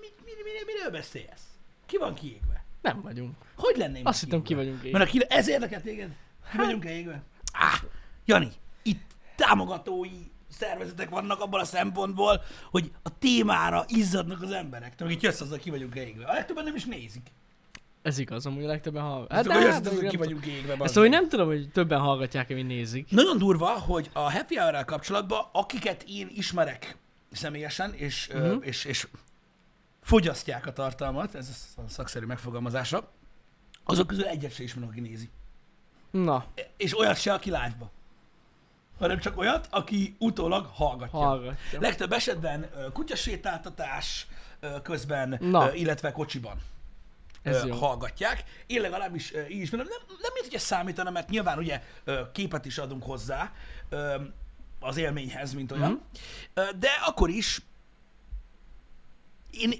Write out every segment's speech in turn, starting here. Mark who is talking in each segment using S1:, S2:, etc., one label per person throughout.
S1: mi, mi, mi, miről beszélsz? Ki van kiégve?
S2: Nem vagyunk.
S1: Hogy lennénk
S2: Azt hittem ki vagyunk Hát-
S1: Mert
S2: én.
S1: a ki... ez érdekel téged? Ki vagyunk-e égve? Á, Jani, itt támogatói szervezetek vannak abban a szempontból, hogy a témára izzadnak az emberek. Te meg itt jössz azzal, ki vagyunk égve. A legtöbben nem is nézik.
S2: Ez igaz, amúgy a legtöbben hallgatják.
S1: Hát,
S2: Hát, de,
S1: akkor jössz
S2: hát,
S1: azzal,
S2: amúgy
S1: hogy ki
S2: nem tudom.
S1: vagyunk égve.
S2: Ezt
S1: bazd
S2: amúgy
S1: meg.
S2: nem tudom, hogy többen hallgatják, mint nézik.
S1: Nagyon durva, hogy a happy hour kapcsolatban, akiket én ismerek személyesen, és, uh-huh. és, és fogyasztják a tartalmat, ez a szakszerű megfogalmazása, azok közül egyet se ismerem, aki nézi.
S2: Na,
S1: És olyat se, aki live-ba. Hanem csak olyat, aki utólag hallgatja.
S2: hallgatja.
S1: Legtöbb esetben ö, kutyasétáltatás ö, közben,
S2: Na.
S1: ö, illetve kocsiban
S2: Ez
S1: ö,
S2: jó.
S1: hallgatják. Én legalábbis ö, így ismerem. Nem, nem mint ugye számítana, mert nyilván ugye ö, képet is adunk hozzá ö, az élményhez, mint olyan.
S2: Mhm.
S1: Ö, De akkor is én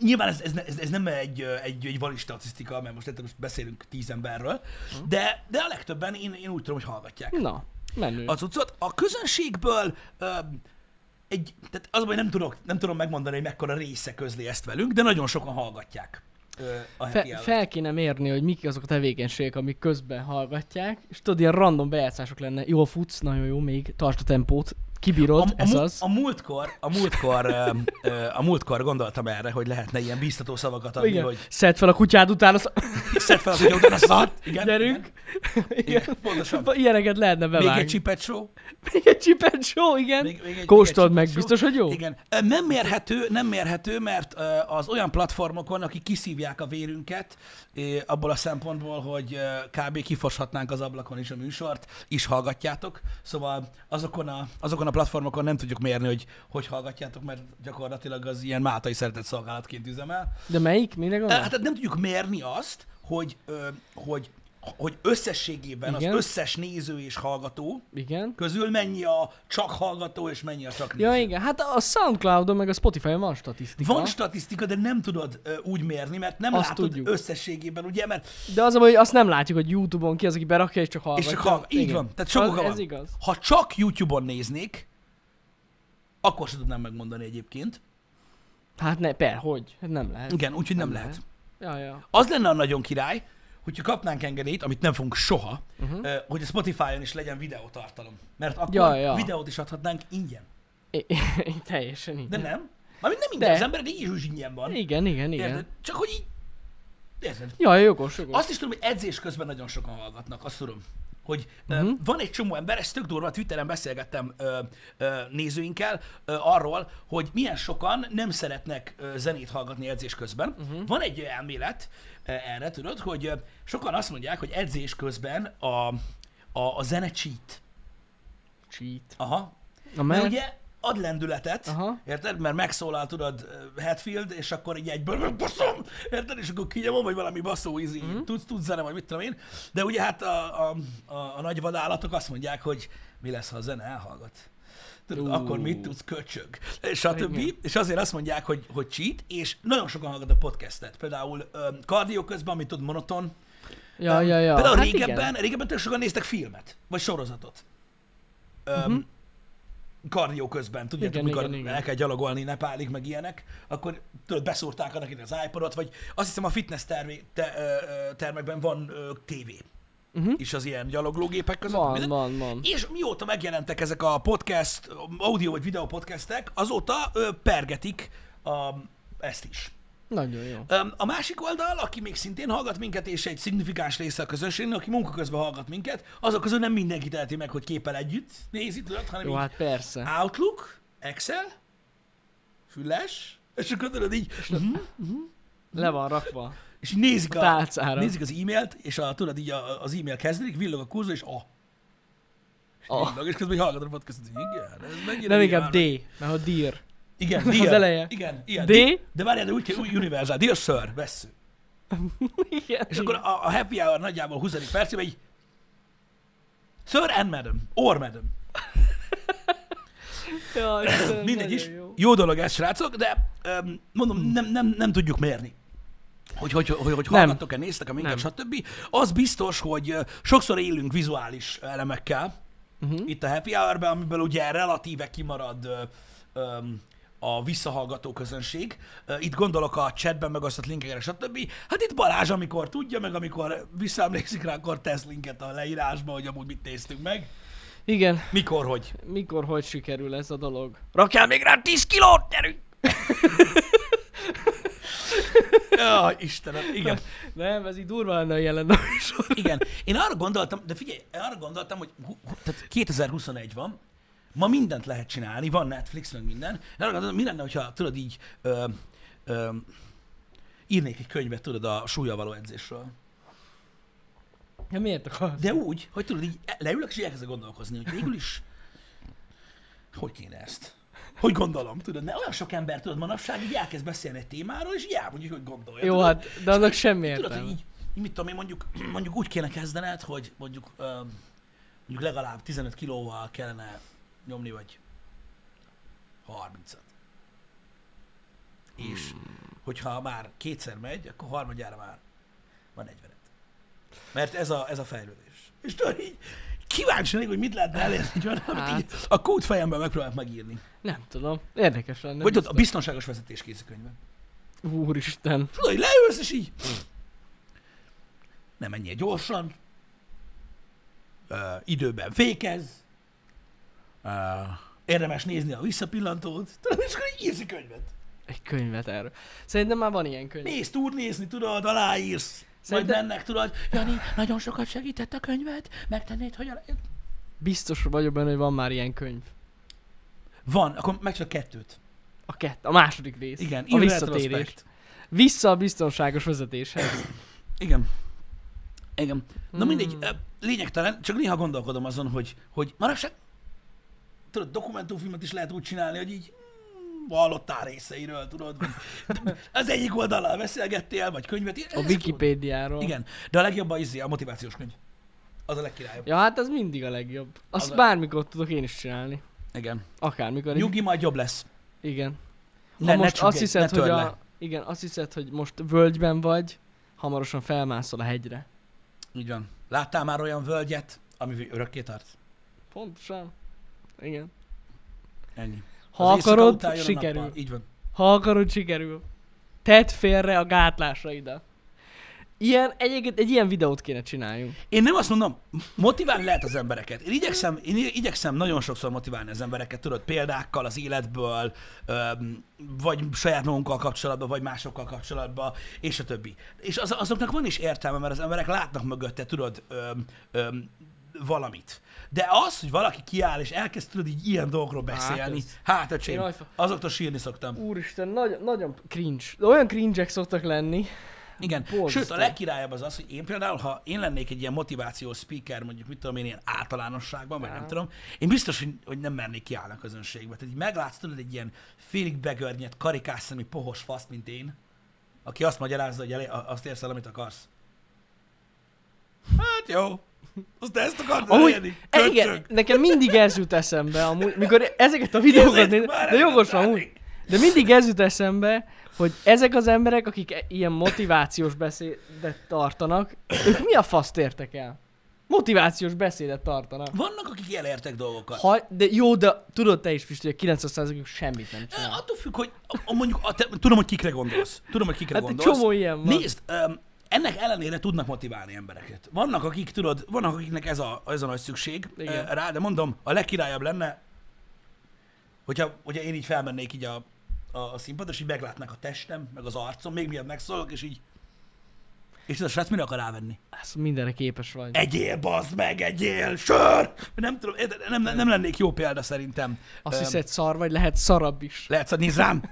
S1: nyilván ez, ez, ne- ez, ez nem egy, ö, egy, egy valid statisztika, mert most, érted, most beszélünk tíz emberről,
S2: Mhm.
S1: de, de a legtöbben én, én úgy tudom, hogy hallgatják
S2: Na, menő.
S1: a cuccot. A közönségből öm, egy, tehát az, hogy nem tudok, nem tudom megmondani, hogy mekkora része közli ezt velünk, de nagyon sokan hallgatják ö, a happy
S2: Fe,
S1: hour-t.
S2: fel kéne mérni, hogy mik azok a tevékenységek, amik közben hallgatják, és tudod, ilyen random bejátszások lenne. Jól futsz, nagyon jó, még tartsd a tempót, kibírod,
S1: a,
S2: ez
S1: mu-
S2: az.
S1: a múltkor, a múltkor, öm, ö, a múltkor gondoltam erre, hogy lehetne ilyen bíztató szavakat adni,
S2: igen,
S1: hogy
S2: szedd fel a kutyád után, az...
S1: szedd fel, hogy utána szart. Igen,
S2: gyerünk.
S1: Igen, igen, pontosan.
S2: Ilyeneket lehetne
S1: Még
S2: bevágni.
S1: egy csipet show.
S2: Még egy csipet show, igen.
S1: Még- még egy-
S2: Kóstold
S1: még egy
S2: meg,
S1: csipet
S2: biztos, hogy jó?
S1: Igen. Ö, Nem mérhető, nem mérhető, mert ö, az olyan platformokon, akik kiszívják a vérünket, ö, abból a szempontból, hogy ö, kb. kifoshatnánk az ablakon is a műsort, is hallgatjátok. Szóval azokon a, azokon a platformokon nem tudjuk mérni, hogy hogy hallgatjátok, mert gyakorlatilag az ilyen máltai szeretett szolgálatként üzemel.
S2: De melyik? Mire
S1: Ö,
S2: gondolsz?
S1: Hát nem tudjuk mérni azt, hogy, ö, hogy, hogy összességében
S2: Igen.
S1: az összes néző és hallgató
S2: igen.
S1: közül mennyi a csak hallgató és mennyi a csak néző.
S2: Ja, igen. Hát a Soundcloudon meg a Spotify-on van statisztika.
S1: Van statisztika, de nem tudod ö, úgy mérni, mert nem
S2: Azt
S1: látod
S2: tudjuk.
S1: összességében, ugye? Mert
S2: De az, a baj, hogy azt nem látjuk, hogy YouTube-on ki az, aki berakja, és csak hallgatja.
S1: és csak hallgat. Így
S2: Igen.
S1: van. Tehát sok
S2: Az-
S1: oka
S2: Ez
S1: van.
S2: igaz.
S1: Ha csak YouTube-on néznék, akkor sem tudnám megmondani egyébként.
S2: Hát ne, per, hogy? Hát nem lehet.
S1: Igen, úgyhogy nem,
S2: Nem
S1: lehet.
S2: lehet. Ja, ja.
S1: Az lenne a nagyon király, hogyha kapnánk engedélyt, amit nem fogunk soha, uh-huh. hogy a Spotify-on is legyen videótartalom. Mert akkor ja,
S2: Ja,
S1: ja.
S2: ja.
S1: videót is adhatnánk ingyen.
S2: É, teljesen így.
S1: De nem. Mármint nem ingyen,
S2: De.
S1: az emberek így is ingyen van.
S2: Igen, igen, igen.
S1: Érted? Csak hogy így... Érted?
S2: Ja, jogos, jogos.
S1: Azt is tudom, hogy edzés közben nagyon sokan hallgatnak, azt tudom. Hogy uh-huh. van egy csomó ember, ez tök durva, Twitteren beszélgettem ö, ö, nézőinkkel ö, arról, hogy milyen sokan nem szeretnek ö, zenét hallgatni edzés közben. Uh-huh. Van egy elmélet ö, erre, tudod, hogy ö, sokan azt mondják, hogy edzés közben a, a, a zene cheat.
S2: Cheat.
S1: Aha.
S2: Na,
S1: Mert,
S2: mert...
S1: mert ugye ad lendületet, Aha.
S2: Aha.
S1: érted? Mert megszólal, tudod, Hetfield, és akkor így egyből baszom, érted? És akkor kinyomom, vagy valami baszó ízi,
S2: Mhm.
S1: mm. tudsz, tudsz zene, vagy mit tudom én. De ugye hát a, a, a, a nagy vadállatok azt mondják, hogy mi lesz, ha a zene elhallgat. Tudod,
S2: Ú.
S1: akkor mit tudsz köcsög, és a többi,
S2: Igen.
S1: és azért azt mondják, hogy, hogy cheat, és nagyon sokan hallgatnak podcastet. Például öm, kardió közben, amit tud monoton.
S2: Ja,
S1: Öm,
S2: ja, ja.
S1: Például
S2: hát
S1: régebben,
S2: igen.
S1: régebben tök sokan néztek filmet, vagy sorozatot. Öm, Kardió közben, tudjátok, igen,
S2: Mhm.
S1: mikor
S2: Igen,
S1: igen,
S2: igen,
S1: igen.
S2: igen.
S1: el kell gyalogolni Nepálig, meg ilyenek, akkor tudod, beszúrták annak ide az iPodot, vagy azt hiszem a fitness tervé, te, ö, ö, termekben van ö, tévé uh-huh. is az ilyen gyaloglógépek között.
S2: Mhm. Van,
S1: minden.
S2: van, van.
S1: És mióta megjelentek ezek a podcast, audio vagy videó podcastek, azóta ö, pergetik a, ezt is.
S2: Nagyon jó.
S1: Öm, A másik oldal, aki még szintén hallgat minket, és egy szignifikáns része a közönségnek, aki munka közben hallgat minket, azok közül nem mindenki teheti meg, hogy képpel együtt nézi, tudod, hanem
S2: Jó,
S1: így
S2: hát persze.
S1: Outlook, Excel, füles, és akkor tudod így,
S2: Le van rakva.
S1: és így nézik,
S2: A
S1: a,
S2: tálcára.
S1: nézik az e-mailt, és a, tudod így a, az e-mail kezdődik, villog a kurzor, és a.
S2: A.
S1: Villog, és közben így hallgatod a podcastot, hogy igen, ez mennyire
S2: Nem inkább D,
S1: nyilvános.
S2: mert a dír.
S1: Igen,
S2: az
S1: dear.
S2: eleje.
S1: Igen, igen.
S2: D?
S1: De várjál, de úgy kell, úgy univerzál. Dear sir, vesszük.
S2: Igen.
S1: És akkor a, a happy hour nagyjából 20. percében így Sir and madam, or madam.
S2: Ja, Istenem,
S1: Mindegy
S2: nagyon
S1: is. Jó.
S2: jó. Hmm.
S1: dolog ez, srácok, de öm, mondom, nem, nem, nem tudjuk mérni. Hogy, hogy, hogy, hogy
S2: Nem.
S1: hallgattok-e, néztek-e minket,
S2: Nem.
S1: stb. Az biztos, hogy ö, sokszor élünk vizuális
S2: Hmm.
S1: elemekkel uh-huh. itt a happy hour-ben, amiből ugye relatíve kimarad ö, öm, a visszahallgató közönség. Ö, Itt gondolok a chatben megosztott linkekre, stb. Hát itt Balázs, amikor tudja, meg amikor visszaemlékszik rá, akkor tesz linket a leírásba, hogy amúgy mit néztünk meg.
S2: Igen,
S1: Mikor, hogy?
S2: mikor, hogy sikerül ez a dolog? Rakjál még rá 10 kilót, gyerünk!
S1: Ja, Istenem, igen.
S2: Nem, ez így durva lenne a jelen a műsor.
S1: Igen. Én arra gondoltam, de figyelj, arra gondoltam, hogy hu- hu- tehát 2021 van, ma mindent lehet csinálni, van Netflix, meg minden. Én arra gondoltam, mi lenne, hogyha tudod így ö, ö, írnék egy könyvet, tudod, a súlya való edzésről.
S2: Ja, miért akarsz?
S1: De úgy, hogy tudod, így e- leülök, és így elkezdek gondolkozni, hogy végül is hogy kéne ezt? Hogy gondolom, tudod? Ne olyan sok ember, tudod, manapság így elkezd beszélni egy témáról, és így elmondjuk, hogy gondolja.
S2: Jó,
S1: tudod?
S2: hát, de annak semmi
S1: Tudod, hogy
S2: értelme.
S1: így, így, mit tudom én, mondjuk, mondjuk úgy kéne kezdened, hogy mondjuk, öm, mondjuk legalább 15 kilóval kellene nyomni, vagy 30-at. És
S2: Hmm.
S1: hogyha már kétszer megy, akkor harmadjára már van 40 Mert ez a, ez a fejlődés. És tudod, így kíváncsi vagyok, hogy mit lehetne elérni, egy olyan, amit
S2: Hát.
S1: így a kód fejemben megpróbálok megírni.
S2: Nem tudom, érdekes lenne.
S1: Vagy tudod, a
S2: biztos.
S1: biztonságos vezetés kézikönyvben.
S2: Úristen.
S1: Tudod, hogy leülsz, és így... Nem ennyire gyorsan. Ö, időben fékez. Ö, érdemes nézni a visszapillantót. Tudod, és akkor így írsz egy könyvet.
S2: Egy könyvet erről. Szerintem már van ilyen könyv.
S1: Nézd, tud nézni, tudod, aláírsz. Majd
S2: Szerintem-
S1: mennek, tudod. Jani, nagyon sokat segített a könyvet. Megtennéd, hogy... alá-"
S2: Biztos vagyok benne, hogy van már ilyen könyv.
S1: Van, akkor meg csak kettőt.
S2: A kett, a második rész.
S1: Igen,
S2: a
S1: írj
S2: visszatérés.
S1: retrospekt.
S2: Vissza a biztonságos vezetéshez.
S1: Igen. Igen. Na
S2: Hmm.
S1: mindegy, ö, lényegtelen, csak néha gondolkodom azon, hogy, hogy manapság, tudod, dokumentumfilmet is lehet úgy csinálni, hogy így mm, hallottál részeiről, tudod, vagy az egyik oldalal beszélgettél, vagy könyvet. ír-
S2: A
S1: ez
S2: Wikipédiáról.
S1: cool. Igen, de a legjobb az izé, a motivációs könyv. Az a legkirályabb.
S2: Ja, hát az mindig a legjobb. Azt
S1: Az a-
S2: bármikor tudok én is csinálni.
S1: Igen.
S2: Akármikor.
S1: Nyugi, majd jobb lesz.
S2: Igen.
S1: Ne,
S2: ha
S1: ne
S2: most
S1: csüggedj,
S2: azt hiszed,
S1: ne
S2: hogy
S1: törd
S2: a...
S1: le.
S2: Igen, azt hiszed, hogy most völgyben vagy, hamarosan felmászol a hegyre.
S1: Így van. Láttál már olyan völgyet, ami örökké tart?
S2: Pontosan. Igen.
S1: Ennyi.
S2: Ha
S1: Az éjszaka után
S2: akarod,
S1: jön a
S2: sikerül.
S1: nappal. Így van.
S2: Ha akarod, sikerül. Tedd félre a gátlásaidat. Ilyen, egyébként egy ilyen videót kéne csináljunk.
S1: Én nem azt mondom, motiválni lehet az embereket. Én igyekszem, én igyekszem nagyon sokszor motiválni az embereket, tudod, példákkal az életből, öm, vagy saját magunkkal kapcsolatban, vagy másokkal kapcsolatban, és a többi. És az, azoknak van is értelme, mert az emberek látnak mögötte, tudod, öm, öm, valamit. De az, hogy valaki kiáll, és elkezd tudod így ilyen dolgokról beszélni,
S2: ez-
S1: hát öcsém,
S2: Én ajfa-
S1: azoktól sírni szoktam.
S2: Úristen, nagy, nagyon cringe. De olyan cringe szoktak lenni.
S1: Igen.
S2: Borzasztó.
S1: Sőt, a legkirályabb az az, hogy én például, ha én lennék egy ilyen motivációs speaker, mondjuk mit tudom én, ilyen általánosságban, vagy nem
S2: Aha.
S1: tudom, én biztos, hogy, hogy nem mernék kiállni a közönségbe. Tehát így meglátsz, tudod, egy ilyen félig begörnyet, karikás szemű, pohos faszt, mint én, aki azt magyarázza, hogy elé, a- azt érsz el, amit akarsz. Hát jó. Azt te ezt akartad
S2: Amúgy,
S1: elérni?
S2: e, igen,
S1: Köcsög.
S2: nekem mindig ez jut eszembe, amúgy, mikor ezeket a videókat
S1: Nézzétek
S2: nézem,
S1: már
S2: de
S1: el,
S2: jogosan
S1: Dávid!
S2: amúgy, de mindig ez jut eszembe, hogy ezek az emberek, akik e- ilyen motivációs beszédet tartanak, ők mi a faszt értek el? Motivációs beszédet tartanak.
S1: Vannak, akik elértek dolgokat.
S2: Ha, de jó, de tudod te is, Pisti, hogy 90%-uk semmit nem
S1: Ö,
S2: csinál.
S1: Attól függ, hogy a- a, mondjuk, a, te, tudom, hogy kikre gondolsz. Tudom, hogy kikre
S2: Hát egy
S1: gondolsz.
S2: csomó ilyen van.
S1: Nézd, öm, ennek ellenére tudnak motiválni embereket. Vannak, akik, tudod, vannak, akiknek ez a, ez a nagy szükség ö,
S2: Igen.
S1: rá, de mondom, a legkirályabb lenne, hogyha, hogyha én így felmennék így a, a, a színpadra, és így meglátnák a testem, meg az arcom, még miatt megszólok, és így... És ez a srác mire akar rávenni?
S2: Ezt mindenre képes vagy.
S1: Egyél, bazd meg, egyél, sör! Nem tudom, érted? nem, nem, nem lennék jó példa szerintem.
S2: Azt
S1: Öm,
S2: hiszed szar vagy, lehet szarabb is.
S1: Lehetsz, hogy nézd rám!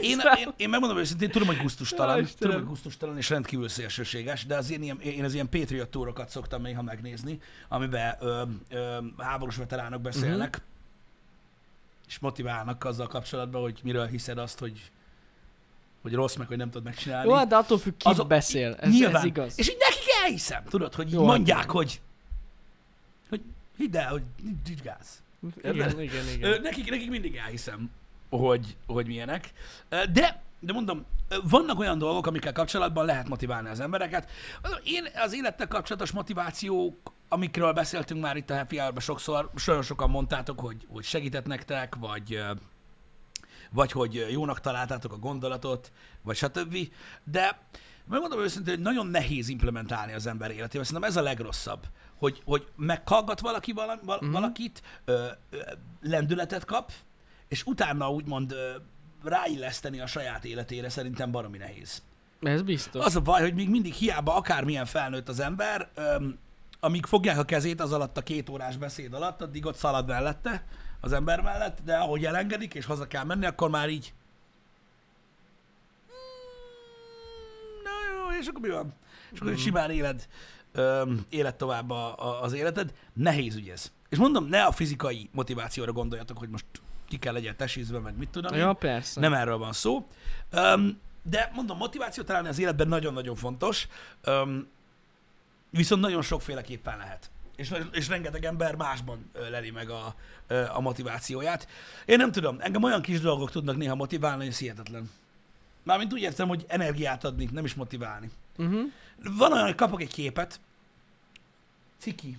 S1: Én, én, én megmondom őszintén, tudom, hogy
S2: Jaj,
S1: gusztustalan,
S2: Istenem.
S1: tudom, hogy gusztustalan és rendkívül szélsőséges, de az én, ilyen, én az ilyen Patriot túrokat szoktam néha megnézni, amiben ö, ö, háborús veteránok beszélnek,
S2: Mhm.
S1: uh-huh. és motiválnak azzal kapcsolatban, hogy miről hiszed azt, hogy, hogy rossz meg, hogy nem tudod megcsinálni.
S2: Jó, hát de attól függ, ki
S1: Azok-
S2: beszél. Ez,
S1: Nyilván.
S2: ez igaz.
S1: És így nekik elhiszem, tudod, hogy így
S2: Jó,
S1: Jó,
S2: hát
S1: mondják, hogy, hogy hidd el, hogy nincs gáz.
S2: Igen, igen,
S1: Ö,
S2: igen.
S1: Nekik, nekik mindig elhiszem, hogy, hogy milyenek. Ö, De, de mondom, ö, vannak olyan dolgok, amikkel kapcsolatban lehet motiválni az embereket. Ö, Én az élettel kapcsolatos motivációk amikről beszéltünk már itt a Happy hour sokszor, nagyon sokan mondtátok, hogy, hogy segített nektek, vagy, ö, vagy hogy jónak találtátok a gondolatot, vagy stb. De megmondom őszintén, hogy nagyon nehéz implementálni az ember életébe. Szerintem ez a legrosszabb, hogy, hogy meghallgat valaki vala, val, mm. valakit, ö, ö, lendületet kap, és utána úgymond ö, ráilleszteni a saját életére szerintem baromi nehéz.
S2: Ez biztos.
S1: Az a baj, hogy még mindig hiába akármilyen felnőtt az ember, öm, amíg fogják a kezét az alatt a két órás beszéd alatt, addig ott szalad mellette, az ember mellett, de ahogy elengedik és haza kell menni, akkor már így... "Mm, Na jó, és akkor mi van? És akkor
S2: Mm.
S1: simán éled, öm, éled tovább a, a, az életed. Nehéz ügy ez. És mondom, ne a fizikai motivációra gondoljatok, hogy most ki kell legyen tesízve, meg mit tudom én.
S2: Ja, persze.
S1: Nem erről van szó. Öm, de mondom, motivációt találni az életben nagyon-nagyon fontos, öm, viszont nagyon sokféleképpen lehet. És, és rengeteg ember másban ö, leli meg a, ö, a motivációját. Én nem tudom, engem olyan kis dolgok tudnak néha motiválni, hogy ez hihetetlen. Mármint úgy értem, hogy energiát adni, nem is motiválni.
S2: Uh-huh.
S1: Van olyan, hogy kapok egy képet, ciki.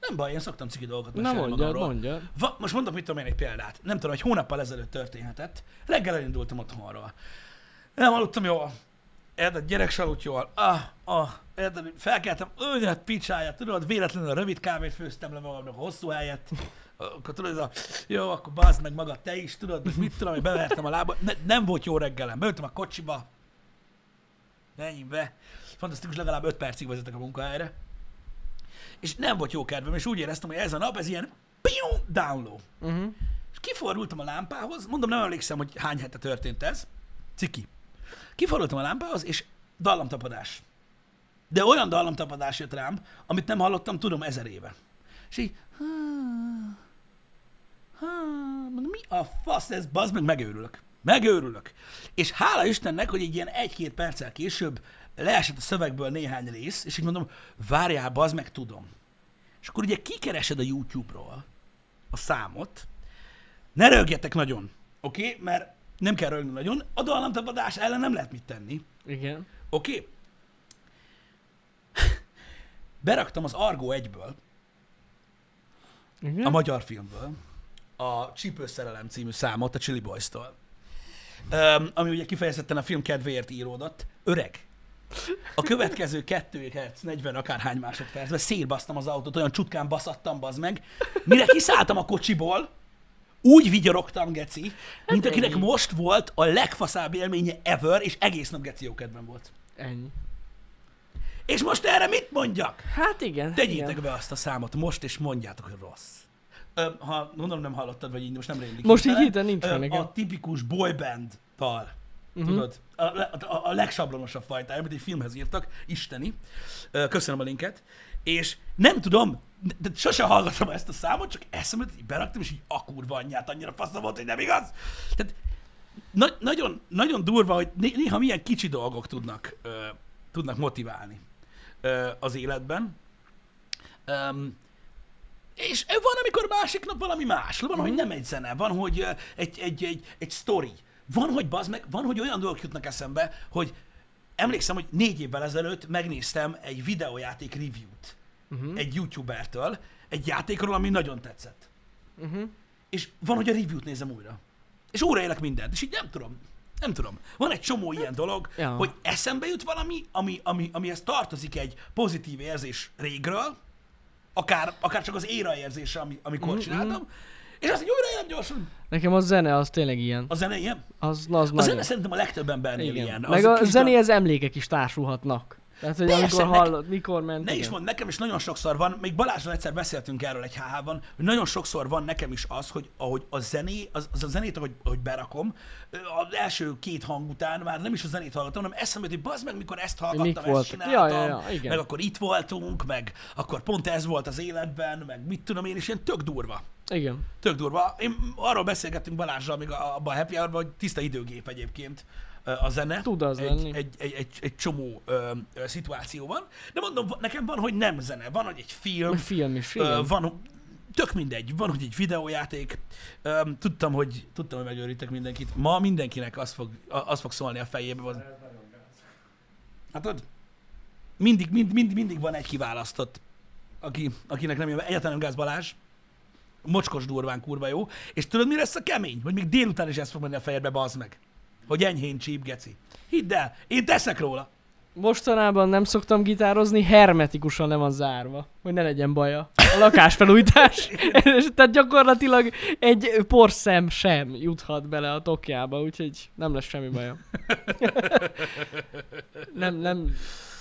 S1: Nem baj, én szoktam ciki dolgokat
S2: Na
S1: mesélni
S2: mondjad,
S1: magamról.
S2: mondjad.
S1: Va, most mondok, mit tudom én egy példát. Nem tudom, egy hónappal ezelőtt történhetett. Reggel elindultam otthonról. Nem aludtam jól. Érted, gyerek se aludt jól. Ah, ah, érted, felkeltem, őrület picsáját, tudod, véletlenül rövid kávét főztem le magamnak a hosszú helyet. Akkor tudod, ez a, jó, akkor bazd meg magad te is, tudod, meg mit tudom, hogy bevertem a lába. Ne, nem volt jó reggelem, beültem a kocsiba. Menjünk be. Fantasztikus, legalább 5 percig vezetek a munkahelyre és nem volt jó kedvem, és úgy éreztem, hogy ez a nap, ez ilyen pium, download.
S2: Uh-huh.
S1: És kifordultam a lámpához, mondom, nem emlékszem, hogy hány hete történt ez, ciki. Kifordultam a lámpához, és dallamtapadás. De olyan dallamtapadás jött rám, amit nem hallottam, tudom, ezer éve. És így, há, há, mondom, mi a fasz ez, bazd meg, megőrülök. Megőrülök. És hála Istennek, hogy egy ilyen egy-két perccel később leesett a szövegből néhány rész, és így mondom, várjál, bazd meg, tudom. És akkor ugye kikeresed a YouTube-ról a számot, ne rögjetek nagyon, oké? Okay? Mert nem kell rögni nagyon, a dallamtapadás ellen nem lehet mit tenni.
S2: Igen.
S1: Oké. Okay. Beraktam az Argo 1-ből,
S2: Igen?
S1: a magyar filmből, a Csípőszerelem című számot a Chili Boys-tól. Öm, ami ugye kifejezetten a film kedvéért íródott. Öreg. A következő 2 perc, 40 akárhány másodpercben szétbasztam az autót, olyan csutkán baszattam, bazd meg. Mire kiszálltam a kocsiból, úgy vigyorogtam, geci, mint
S2: Hát
S1: akinek
S2: ennyi.
S1: most volt a legfaszább élménye ever, és egész nap geci jó kedvem volt.
S2: Ennyi.
S1: És most erre mit mondjak?
S2: Hát igen.
S1: Tegyétek
S2: igen.
S1: be azt a számot most, és mondjátok, hogy rossz. Ö, ha gondolom nem hallottad, vagy így most nem rémlik.
S2: Most így
S1: hirtelen.
S2: hirtelen nincs
S1: Ö,
S2: meg Mhm. nekem.
S1: A tipikus boyband tal. Uh-huh. Tudod? A, a, a legsablonosabb fajta, amit egy filmhez írtak, isteni. Ö, Köszönöm a linket. És nem tudom, de sose hallgatom ezt a számot, csak eszembe így beraktam, és így a kurva anyját, annyira faszom volt, hogy nem igaz. Tehát na- nagyon, nagyon durva, hogy né- néha milyen kicsi dolgok tudnak, ö, tudnak motiválni ö, az életben. Öm, és van, amikor másik nap valami más. Van, hogy nem egy zene, van, hogy ö, egy, egy, egy, egy sztori. Van, hogy bazd meg, van, hogy olyan dolgok jutnak eszembe, hogy emlékszem, hogy négy évvel ezelőtt megnéztem egy videójáték review-t uh-huh. egy youtubertől, egy játékról, ami nagyon tetszett.
S2: Uh-huh.
S1: És van, hogy a review-t nézem újra. És óra élek mindent, és így nem tudom. Nem tudom. Van egy csomó ilyen dolog, ja.
S2: ja.
S1: hogy eszembe jut valami, ami, ami, amihez tartozik egy pozitív érzés régről, akár, akár csak az éra érzése, ami, amikor
S2: Mhm,
S1: csináltam, és azt így újra élem gyorsan.
S2: Nekem a zene az tényleg ilyen.
S1: A zene ilyen?
S2: Az, az
S1: A
S2: nagyon.
S1: zene szerintem a legtöbb embernél
S2: igen.
S1: ilyen.
S2: Meg a
S1: kicsit
S2: zenéhez emlékek is társulhatnak. Tehát, hogy
S1: Persze,
S2: amikor
S1: nek-
S2: hallod, mikor ment.
S1: Ne is
S2: igen.
S1: mond, nekem is nagyon sokszor van, még Balázsral egyszer beszéltünk erről egy HH-ban, hogy nagyon sokszor van nekem is az, hogy ahogy a zené, az, az a zenét, ahogy, ahogy berakom, ö, az első két hang után már nem is a zenét hallgatom, hanem eszembe jut, hogy bazd meg, mikor ezt hallgattam,
S2: voltak?
S1: ezt csináltam,
S2: Ja, ja, ja, igen.
S1: meg akkor itt voltunk, meg akkor pont ez volt az életben, meg mit tudom én, és ilyen tök durva.
S2: Igen.
S1: Tök durva. Én arról beszélgettünk Balázsral még a- abban a happy hour hogy tiszta időgép egyébként ö, a zene.
S2: Tud az
S1: egy,
S2: lenni.
S1: Egy, egy, egy, egy csomó ö, ö, szituációban. De mondom, va- nekem van, hogy nem zene. Van, hogy egy film,
S2: Meg film is.
S1: ö,
S2: Igen.
S1: van, tök mindegy. Van, hogy egy videójáték. Ö, tudtam, hogy, tudtam, hogy megőrítek mindenkit. Ma mindenkinek az fog, a- az fog szólni a fejébe. Van. Hát ott mindig, mind, mind, mindig van egy kiválasztott aki, akinek nem jön, be, egyáltalán nem Gáz Balázs, mocskos durván kurva jó, és tudod, mi lesz a kemény? Hogy még délután is ez fog menni a fejedbe, bazd meg. Hogy enyhén csíp, geci. Hidd el, én teszek róla.
S2: Mostanában nem szoktam gitározni, hermetikusan nem van zárva, hogy ne legyen baja. A lakásfelújítás, és tehát gyakorlatilag egy porszem sem juthat bele a tokjába, úgyhogy nem lesz semmi baja. nem, nem,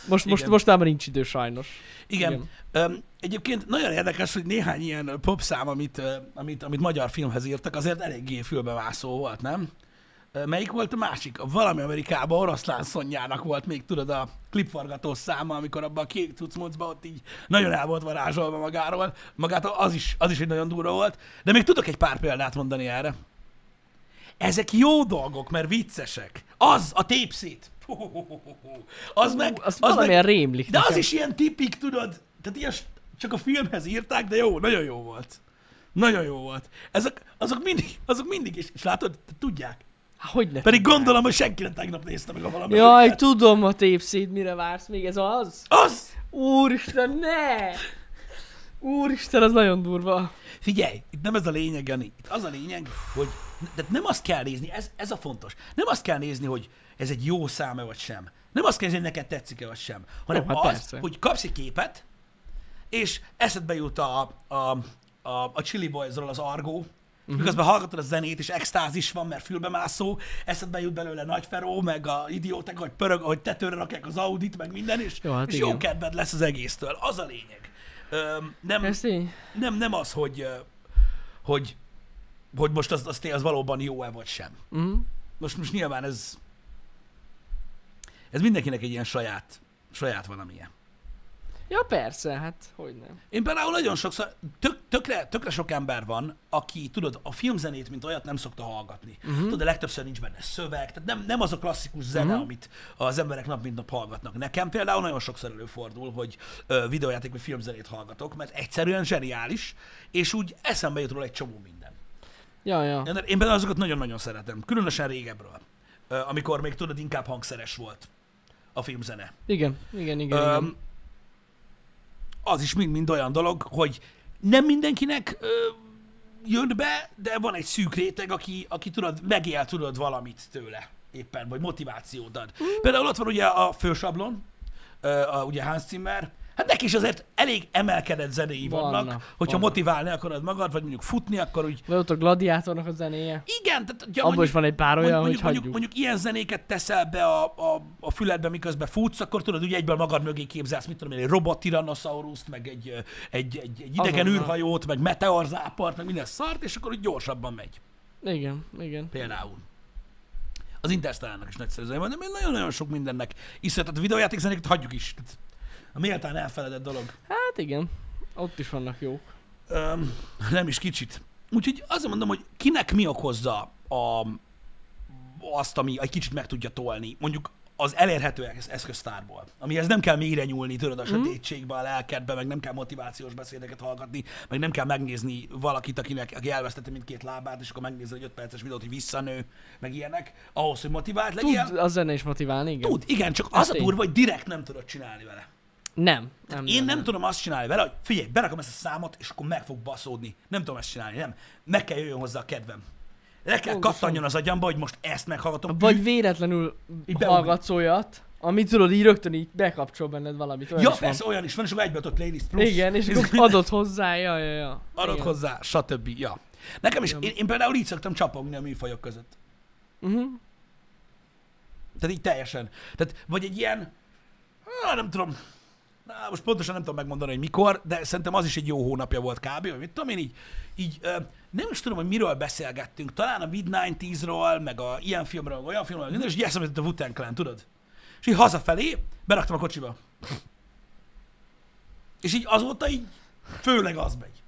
S2: most, most,
S1: Igen.
S2: mostában nincs idő sajnos.
S1: Igen.
S2: Igen.
S1: Igen. Egyébként nagyon érdekes, hogy néhány ilyen popszám, amit, ö, amit, amit magyar filmhez írtak, azért eléggé fülbevászó volt, nem? Ö, Melyik volt a másik? A Valami Amerikában oroszlán szonyának volt még, tudod, a klipforgató száma, amikor abban a kék cuccmocba ott így nagyon el volt varázsolva magáról. Magát az is, az is egy nagyon durva volt. De még tudok egy pár példát mondani erre. Ezek jó dolgok, mert viccesek. Az a tépszét. Az meg,
S2: Az,
S1: az meg
S2: valamilyen rémlik.
S1: de az
S2: nekem.
S1: is ilyen tipik, tudod, tehát ilyes, csak a filmhez írták, de jó, nagyon jó volt. Nagyon jó volt. Ezek, azok mindig, azok mindig is, és látod, te tudják.
S2: Há, Hát, Hogy ne
S1: Pedig
S2: tudnám.
S1: gondolom, hogy senki nem tegnap nézte meg a valamit.
S2: Jaj, tudom a tépszéd, mire vársz még, ez az?
S1: Az!
S2: Úristen, ne! Úristen, az nagyon durva.
S1: Figyelj, itt nem ez a lényeg, Jani. Itt az a lényeg, hogy de nem azt kell nézni, ez, ez a fontos. Nem azt kell nézni, hogy ez egy jó száma vagy sem. Nem azt kell nézni, hogy neked tetszik-e vagy sem. Hanem
S2: Ó, hát
S1: az,
S2: persze.
S1: hogy kapsz egy képet, és eszedbe jut a, a, a, a Chili Boysról az argó,
S2: Mhm.
S1: Uh-huh. Miközben hallgatod a zenét, és extázis van, mert fülbemászó, eszedbe jut belőle Nagy Feró, meg a idiótek, hogy pörög, ahogy tetőre rakják az Audit, meg minden, és,
S2: Jó, hát
S1: és
S2: igen.
S1: jó kedved lesz az egésztől. Az a lényeg. Öm, nem,
S2: Ez így?
S1: nem, nem az, hogy, ö, hogy, hogy most az, az, té- az valóban jó-e vagy sem.
S2: Mm.
S1: Most, most nyilván ez, ez mindenkinek egy ilyen saját, saját valamilyen.
S2: Ja, persze, hát hogy nem.
S1: Én például nagyon sokszor, tök, tökre, tökre sok ember van, aki, tudod, a filmzenét, mint olyat nem szokta hallgatni. Uh-huh. Tudod, de legtöbbször nincs benne szöveg, tehát nem, nem az a klasszikus zene, uh-huh. amit az emberek nap mint nap hallgatnak. Nekem például nagyon sokszor előfordul, hogy ö, videójáték vagy filmzenét hallgatok, mert egyszerűen zseniális, és úgy eszembe jut róla egy csomó minden.
S2: Ja, ja.
S1: Én én például azokat nagyon-nagyon szeretem, különösen régebről, Ö, amikor még tudod, inkább hangszeres volt a filmzene.
S2: Igen, igen, igen.
S1: Öm,
S2: igen.
S1: az is mind-mind olyan dolog, hogy nem mindenkinek ö, jön be, de van egy szűk réteg, aki, aki tudod, megél tudod valamit tőle éppen, vagy motivációt
S2: Mm.
S1: ad. Például ott van ugye a fősablon, ö, a, ugye Hans Zimmer, hát neki is azért elég emelkedett zenéi vannak,
S2: Vannak,
S1: vannak hogyha
S2: vannak.
S1: motiválni akarod magad, vagy mondjuk futni, akkor úgy
S2: Vagy ott a gladiátornak a zenéje.
S1: igen, tehát ja,
S2: Abban is van egy pár olyan,
S1: mondjuk,
S2: hogy
S1: mondjuk,
S2: hagyjuk.
S1: mondjuk ilyen zenéket teszel be a, a, a füledbe, miközben futsz, akkor tudod, ugye egyből magad mögé képzelsz, mit tudom én, egy robot tirannosauruszt, meg egy, ö, egy, egy, egy idegen
S2: Azonnal.
S1: űrhajót, meg meteorzápart, meg minden szart, és akkor úgy gyorsabban megy.
S2: Igen, igen.
S1: Például. Az Interstellárnak is nagyszerű zene van, de még nagyon-nagyon sok mindennek. Iszre, tehát a videójáték zenéket hagyjuk is. Tehát A méltán elfeledett dolog.
S2: Hát igen. Ott is vannak jók.
S1: Öm, nem is kicsit. Úgyhogy azt mondom, hogy kinek mi okozza a, azt, ami egy kicsit meg tudja tolni, mondjuk az elérhető esz- eszköztárból. Amihez nem kell mélyre nyúlni, tudod, a sötétségbe, a lelkedbe, meg nem kell motivációs beszédeket hallgatni, meg nem kell megnézni valakit, akinek, aki elvesztette mindkét lábát, és akkor megnézed egy 5 perces videót, hogy visszanő, meg ilyenek, ahhoz, hogy motivált legyél.
S2: Tud a zene is motiválni, igen.
S1: Tud, igen, csak az a
S2: tény.
S1: durva, hogy direkt nem tudod csinálni vele.
S2: Nem. nem
S1: Hát Én nem tudom azt csinálni vele, hogy figyelj, berakom ezt a számot, és akkor meg fog baszódni. Nem tudom ezt csinálni, nem. Meg kell jöjjön hozzá a kedvem. Le kell
S2: Pontosan.
S1: kattanjon az agyamba, hogy most ezt meghallgatom.
S2: Vagy véletlenül
S1: Így beugrik.
S2: hallgatsz olyat, amit tudod így rögtön így bekapcsol benned valamit. Olyan
S1: ja,
S2: is van.
S1: persze, olyan is van, és akkor egybe adott playlist plusz.
S2: Igen, és
S1: Ez-
S2: akkor adott hozzá, ja, ja, ja.
S1: adott
S2: Igen.
S1: hozzá, stb. Ja. Nekem is, én, én például így szoktam csapogni a műfajok között.
S2: Mhm.
S1: Tehát így teljesen. Tehát, vagy egy ilyen, á, nem tudom, á, most pontosan nem tudom megmondani, hogy mikor, de szerintem az is egy jó hónapja volt kb. Vagy mit tudom én így, így ö, nem is tudom, hogy miről beszélgettünk. Talán a Mid-90s-ról, meg a ilyen filmről, meg olyan filmről,
S2: Mhm.
S1: meg minden, és így eszembe jutott a Wu-Tang Clan, tudod? És így hazafelé beraktam a kocsiba. És így azóta így főleg az megy.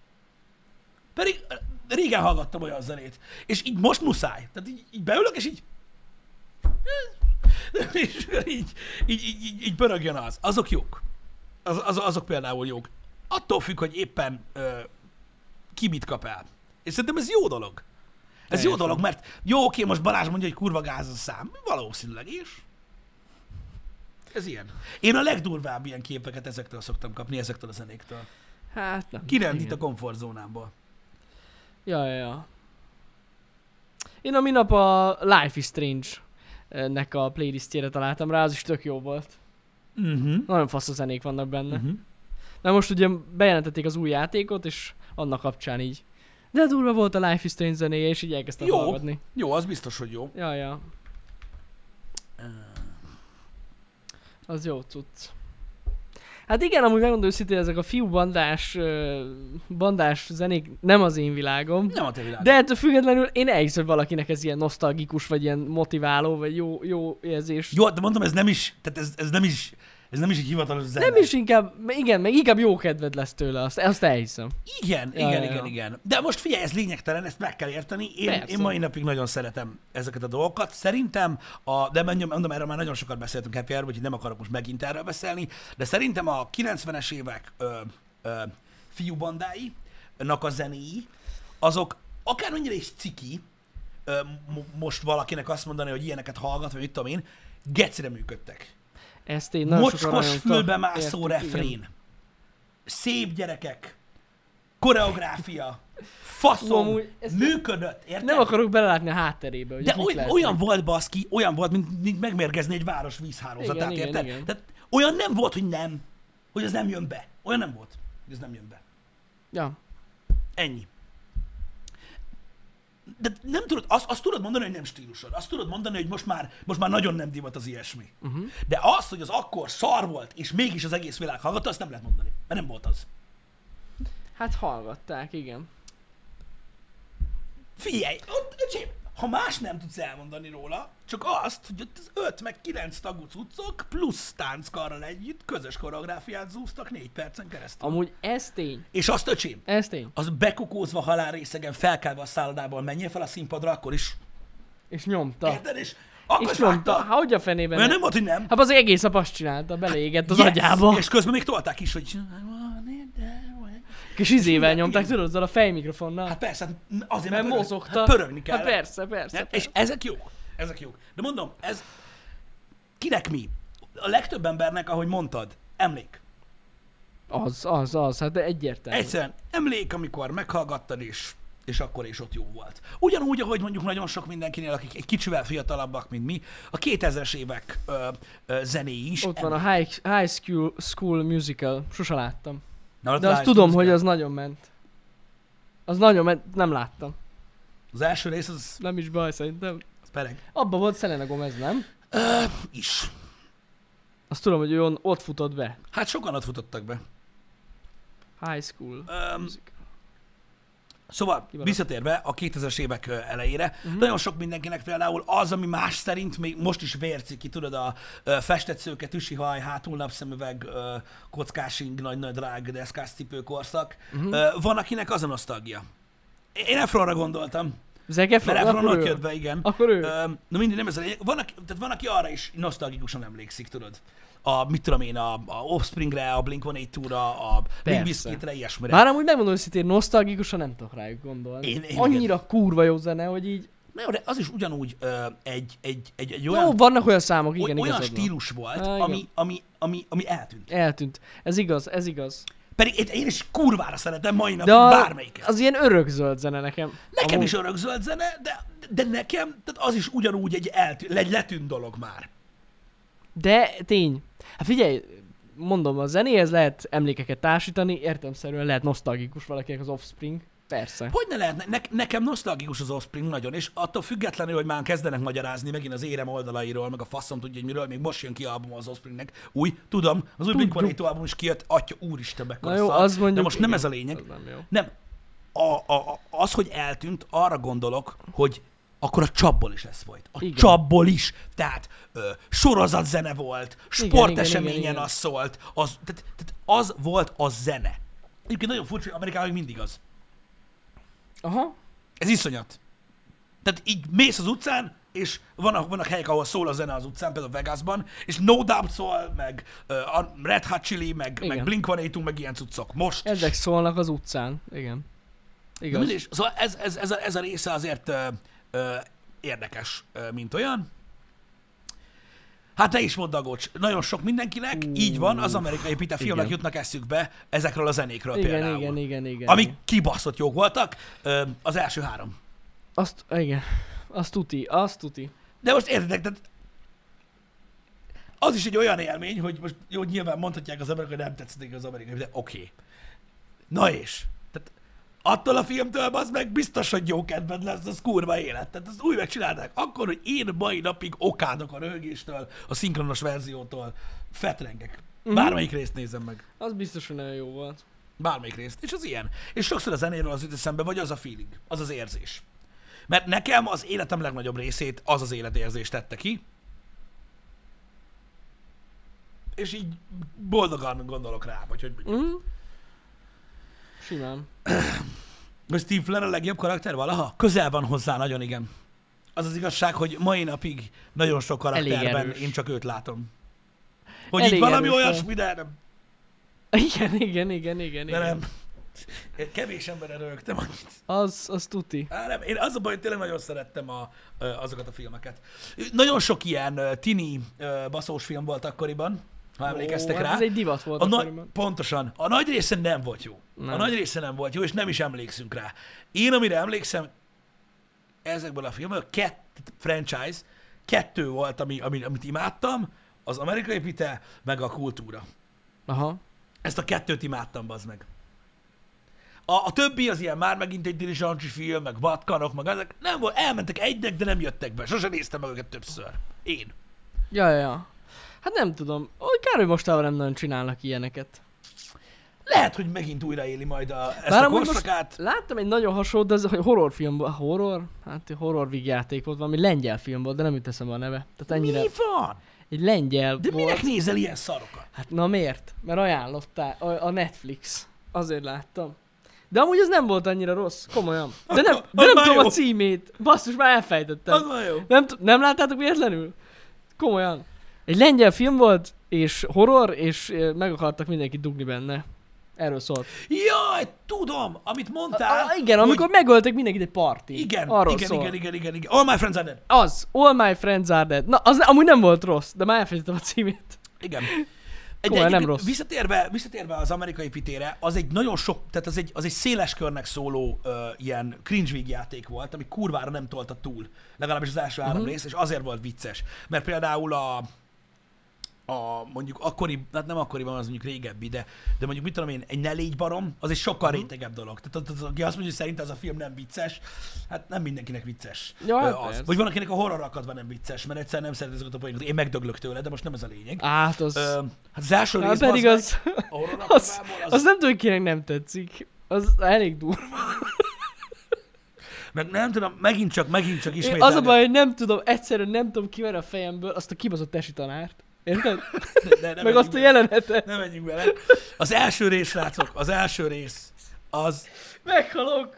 S1: Pedig ö, régen hallgattam olyan zenét, és így most muszáj. Tehát így, így beülök, és így és így, így, így, így, így pörögjön az. Azok jók. Az, az, azok például jók. Attól függ, hogy éppen ö, ki mit kap el. És szerintem ez jó dolog. Ez jó
S2: Teljesen.
S1: dolog, mert jó, oké, most Balázs mondja, hogy kurva gáz a szám. Valószínűleg is. Ez ilyen. Én a legdurvább ilyen képeket ezektől szoktam kapni, ezektől a zenéktől.
S2: Hát nem.
S1: Kirendít a
S2: igen.
S1: komfortzónámból.
S2: Ja, ja, ja. Én a minap a Life is Strange-nek a playlistjére találtam rá, az is tök jó volt.
S1: Uh-huh.
S2: Nagyon fasz a zenék vannak benne.
S1: Uh-huh.
S2: Na most ugye bejelentették az új játékot, és annak kapcsán így. De durva volt a Life is Strange zenéje, és így elkezdtem
S1: Jó.
S2: hallgatni.
S1: Jó, az biztos, hogy jó.
S2: Ja, ja. Az jó cucc. Hát igen, amúgy megmondom őszintén, ezek a fiú bandás, ö, bandás zenék nem az én világom.
S1: Nem a te világ.
S2: De ettől függetlenül én elhiszem, hogy valakinek ez ilyen nosztalgikus, vagy ilyen motiváló, vagy jó, jó érzés.
S1: Jó, de mondom, ez nem is, tehát ez, ez nem is, ez nem is egy hivatalos zene.
S2: Nem is inkább, igen, meg inkább jó kedved lesz tőle, azt, azt elhiszem.
S1: Igen,
S2: Ja,
S1: ja, igen,
S2: ja,
S1: ja. igen,
S2: ja.
S1: igen. De most figyelj, ez lényegtelen, ezt meg kell érteni. Én,
S2: Persze.
S1: én mai napig nagyon szeretem ezeket a dolgokat. Szerintem, a, de mondjam, mondom, erről már nagyon sokat beszéltünk Happy Hour-ban, úgyhogy nem akarok most megint erről beszélni, de szerintem a 90-es évek ö, ö, fiúbandái, nak a zenéi, azok akármennyire is ciki, ö, mo- most valakinek azt mondani, hogy ilyeneket hallgat, vagy mit tudom én, gecire működtek.
S2: Ezt én nagyon sokan
S1: Mocskos
S2: rajongtam.
S1: fülbe mászó
S2: Értük, igen.
S1: refrén. Szép gyerekek. Koreográfia. Faszom.
S2: Ú, amúgy ezt-
S1: működött, érted?
S2: Nem akarok belelátni a hátterébe, hogy
S1: De
S2: ez mit
S1: oly,
S2: lehet.
S1: olyan volt, baszki, olyan volt, mint, mint megmérgezni egy város vízhálózatát,
S2: Igen, igen,
S1: érted?
S2: igen.
S1: Tehát olyan nem volt, hogy nem, hogy ez nem jön be. Olyan nem volt, hogy ez nem jön be.
S2: Ja.
S1: Ennyi. De nem tudod, azt, azt tudod mondani, hogy nem stílusod. Azt tudod mondani, hogy most már, most már nagyon nem divat az ilyesmi. Uh-huh. De azt, hogy az akkor szar volt, és mégis az egész világ hallgatta, azt nem lehet mondani. Mert nem volt az.
S2: Hát hallgatták, igen.
S1: Figyelj, ott, öcsém, ha más nem tudsz elmondani róla, csak azt, hogy ott az 5 meg 9 tagú cuccok plusz tánckarral együtt közös koreográfiát zúztak 4 percen keresztül.
S2: Amúgy ez tény.
S1: És azt, öcsém,
S2: Ez tény.
S1: az bekokózva halálrészegen felkelve a szállodából menjél fel a színpadra, akkor is
S2: És nyomta.
S1: Érted? És akkor
S2: És
S1: is
S2: nyomta.
S1: látta.
S2: Hát hogy a fenében?
S1: Olyan
S2: ne-
S1: nem volt, hogy nem.
S2: Hát az egész nap azt csinálta, beleégett az yes. agyába.
S1: És közben még tolták is, hogy...
S2: Kis izével
S1: Igen,
S2: nyomták,
S1: igen.
S2: tudod, azzal a fejmikrofonnal.
S1: Hát persze, hát azért
S2: mert
S1: pörög-
S2: mozogtak.
S1: Hát pörögni kell.
S2: Hát persze, persze.
S1: Nem?
S2: persze.
S1: És ezek jók. Ezek jók. De mondom, ez... Kinek mi? A legtöbb embernek, ahogy mondtad, emlék.
S2: Az, az, az, hát egyértelmű.
S1: Egyszerűen emlék, amikor meghallgattad, és, és akkor is ott jó volt. Ugyanúgy, ahogy mondjuk nagyon sok mindenkinél, akik egy kicsivel fiatalabbak, mint mi, a 2000-es évek ö, ö, zenéi is.
S2: Ott van a High, high school, school Musical, sose láttam.
S1: Na, ott
S2: De azt
S1: Live
S2: tudom,
S1: Music.
S2: hogy az nagyon ment. Az nagyon ment, nem láttam.
S1: Az első rész az,
S2: Nem is baj szerintem.
S1: az pereg.
S2: Abba volt Selena Gomez, nem?
S1: Is.
S2: Azt tudom, hogy olyan ott futott be.
S1: Hát sokan ott futottak be.
S2: High school.
S1: Öm,
S2: Musical.
S1: Szóval
S2: Kiváló.
S1: visszatérve a 2000-es évek ö, elejére,
S2: Mhm.
S1: uh-huh. nagyon sok mindenkinek például az, ami más szerint még most is vérci ki, tudod, a ö, festett szőke, tüsi haj, hátul napszemüveg, ö, kockásing, nagy-nagy drág, deszkás cipő korszak.
S2: Mhm.
S1: Uh-huh. Van, akinek az a nosztalgia. Én Efronra gondoltam,
S2: Zac
S1: mert
S2: Efron,
S1: Efron
S2: akkor
S1: ott
S2: ő.
S1: jött be, igen.
S2: Akkor ő.
S1: Ö, Na mindig nem ez a lényeg. Van, aki, tehát van, aki arra is nosztalgikusan emlékszik, tudod. A, mit tudom én, a, a Offspringre, a Blink-182-ra, a
S2: Persze.
S1: Limp Bizkitre, ilyesmire.
S2: Bár amúgy megmondom őszintén, nosztalgikusan nem tudok rájuk gondolni.
S1: Én- én
S2: Annyira kurva jó zene, hogy így...
S1: Na jó, de az is ugyanúgy ö, egy, egy, egy, egy olyan,
S2: Jó, vannak olyan számok, igen,
S1: oly- olyan
S2: igazad van.
S1: stílus volt,
S2: Á, igen.
S1: ami, ami, ami, ami eltűnt.
S2: Eltűnt. Ez igaz, ez igaz.
S1: Pedig én, én is kurvára szeretem mai napig
S2: De a,
S1: bármelyiket.
S2: az ilyen örökzöld zene nekem.
S1: Nekem
S2: Amúgy-
S1: is örökzöld zene, de, de nekem tehát az is ugyanúgy egy, eltű, egy letűnt dolog már.
S2: De tény. Hát figyelj, mondom, a zenéhez lehet emlékeket társítani, értelmszerűen lehet nosztalgikus valakinek az Offspring. Persze.
S1: Hogy ne lehetne? Ne, nekem nosztalgikus az Offspring nagyon, és attól függetlenül, hogy már kezdenek magyarázni megint az érem oldalairól, meg a faszom tudja, hogy miről, még most jön ki album az Offspringnek. Új, tudom, az új
S2: Tudjuk.
S1: Blink-182 album is kijött, atya úristen, mekkora
S2: Na jó,
S1: szar.
S2: az mondjuk,
S1: De most nem
S2: igen,
S1: ez a lényeg.
S2: az nem jó.
S1: Nem. A, a, a, az, hogy eltűnt, arra gondolok, hogy akkor a csapból is ez volt. A
S2: Igen.
S1: igen. csapból is. Tehát ö, sorozatzene volt,
S2: igen,
S1: sporteseményen
S2: igen, igen.
S1: az szólt, az, tehát, tehát az volt a zene. Egyébként nagyon furcsa, hogy Amerikában még mindig az.
S2: Aha.
S1: Ez iszonyat. Tehát így mész az utcán, és vannak, vannak helyek, ahol szól a zene az utcán, például Vegasban, és No Doubt szól, meg uh, a Red Hot Chili, meg,
S2: Igen.
S1: meg Blink-182, meg ilyen cuccok. Most.
S2: Ezek szólnak az utcán. Igen.
S1: Na
S2: Igaz.
S1: mindig, szóval ez, ez, ez, a, ez a része azért ö, ö, érdekes, ö, mint olyan. Hát te is mondd, Agocs. Nagyon sok mindenkinek, így van, az amerikai pita filmek
S2: igen.
S1: jutnak eszükbe ezekről a zenékről
S2: Igen,
S1: például.
S2: igen, igen, igen.
S1: Amik kibaszott jók voltak, ö, az első három.
S2: Azt, igen. Azt tuti, azt tuti.
S1: De most értitek, tehát az is egy olyan élmény, hogy most jó, nyilván mondhatják az emberek, hogy nem tetszett nekik az amerikai, de oké. Okay. Na és? Tehát attól a filmtől az meg biztos, hogy jó kedved lesz, az kurva élet. Tehát ezt úgy megcsinálták akkor, hogy én mai napig okádok a röhögéstől, a szinkronos verziótól, fetrengek. Bármelyik részt nézem meg.
S2: Az biztos, hogy nagyon jó volt.
S1: Bármelyik részt. És az ilyen. És sokszor a zenéről az jut eszembe, vagy az a feeling, az az érzés. Mert nekem az életem legnagyobb részét az az életérzés tette ki. És így boldogan gondolok rá, vagy hogy mondjam.
S2: Mm. Simán.
S1: Hogy Steve Flynn a legjobb karakter valaha? Közel van hozzá, nagyon igen. Az az igazság, hogy mai napig nagyon sok karakterben
S2: erős.
S1: én csak őt látom. Hogy
S2: Elég
S1: így valami
S2: erős
S1: olyasmi, de nem.
S2: Igen, igen, igen, igen,
S1: De
S2: igen.
S1: nem. Én Kevés emberre rögtem annyit.
S2: Az, az tuti.
S1: Á, nem, én az a baj, hogy tényleg nagyon szerettem a, ö, azokat a filmeket. Nagyon sok ilyen ö, tini ö, baszós film volt akkoriban, ha emlékeztek
S2: Ó,
S1: rá.
S2: hát Ez egy divat volt
S1: A nagy,
S2: akkoriban.
S1: pontosan. A nagy része nem volt jó. Nem. A
S2: Nem.
S1: nagy része nem volt jó, és nem is emlékszünk rá. Én, amire emlékszem, ezekből a filmekből, két franchise, kettő volt, ami, ami, amit imádtam, az amerikai pite, meg a kultúra.
S2: Aha.
S1: Ezt a kettőt imádtam, bazd meg. A, a többi az ilyen már megint egy dirizsancsi film, meg vatkanok, meg ezek. Nem volt, elmentek egynek, de nem jöttek be. Sose néztem meg őket többször. Én.
S2: Ja, ja, ja. Hát nem tudom. Ó, Kár, hogy mostában nem nagyon csinálnak ilyeneket.
S1: Lehet, hogy megint újraéli majd a, ezt
S2: Bár
S1: a
S2: amúgy most-
S1: korszakát. Most...
S2: Láttam egy nagyon hasonló, de ez egy horrorfilm volt. Horror? Hát egy horror vígjáték volt, valami lengyel film volt, de nem jut eszembe a neve. Tehát ennyire.
S1: Mi van?
S2: Egy lengyel
S1: De
S2: volt.
S1: minek nézel ilyen szarokat?
S2: Hát na miért? Mert ajánlottál a, a Netflix. Azért láttam. De amúgy az nem volt annyira rossz, komolyan. De nem, de
S1: Az
S2: nem
S1: már
S2: tudom
S1: jó.
S2: a címét. Basszus, már elfejtettem.
S1: Az van jó.
S2: Nem, t- nem láttátok véletlenül? Komolyan. Egy lengyel film volt, és horror, és ö, meg akartak mindenki dugni benne. Erről szólt.
S1: Jaj, tudom, amit mondtál.
S2: A, igen, amikor megöltek mindenkit egy parti.
S1: Igen,
S2: Arról
S1: igen,
S2: szól.
S1: igen, igen, igen, igen. All my friends are dead.
S2: Az, All My Friends Are Dead. Na, az ne- amúgy nem volt rossz, de már elfelejtettem a címét.
S1: Igen. Egy,
S2: Komolyan, nem
S1: egyébként
S2: rossz.
S1: Visszatérve, visszatérve az amerikai pitére, az egy nagyon sok, tehát az egy, az egy széles körnek szóló uh, ilyen cringe játék volt, ami kurvára nem tolta túl. Legalábbis az első három
S2: Mhm.
S1: rész, és azért volt vicces. Mert például a, a mondjuk akkori, hát nem akkoriban, az mondjuk régebbi, de, de mondjuk mit tudom én, egy ne légy barom, az egy sokkal
S2: Mhm.
S1: rétegebb dolog. Tehát az, az, aki azt mondja, hogy szerint ez a film nem vicces, hát nem mindenkinek vicces.
S2: Ja,
S1: ö,
S2: hát
S1: az.
S2: persze.
S1: Vagy van, akinek a horror akadva nem vicces, mert egyszer nem szeret ezeket a poénokat. Én megdöglök tőle, de most nem ez a lényeg.
S2: Hát az...
S1: Ö, hát az első
S2: hát
S1: rész
S2: pedig
S1: bazd
S2: az,
S1: meg, a horror
S2: az,
S1: akadvából,
S2: az, nem tudom, kinek nem tetszik. Az elég durva.
S1: Meg nem tudom, megint csak, megint csak
S2: Én
S1: ismét.
S2: az a baj, hogy nem tudom, egyszerűen nem tudom kiver a fejemből azt a kibaszott tesi tanárt. Érted? Meg azt a jelenetet.
S1: Nem menjünk bele. Az első rész, látszok, az első rész. Az,
S2: Meghalok.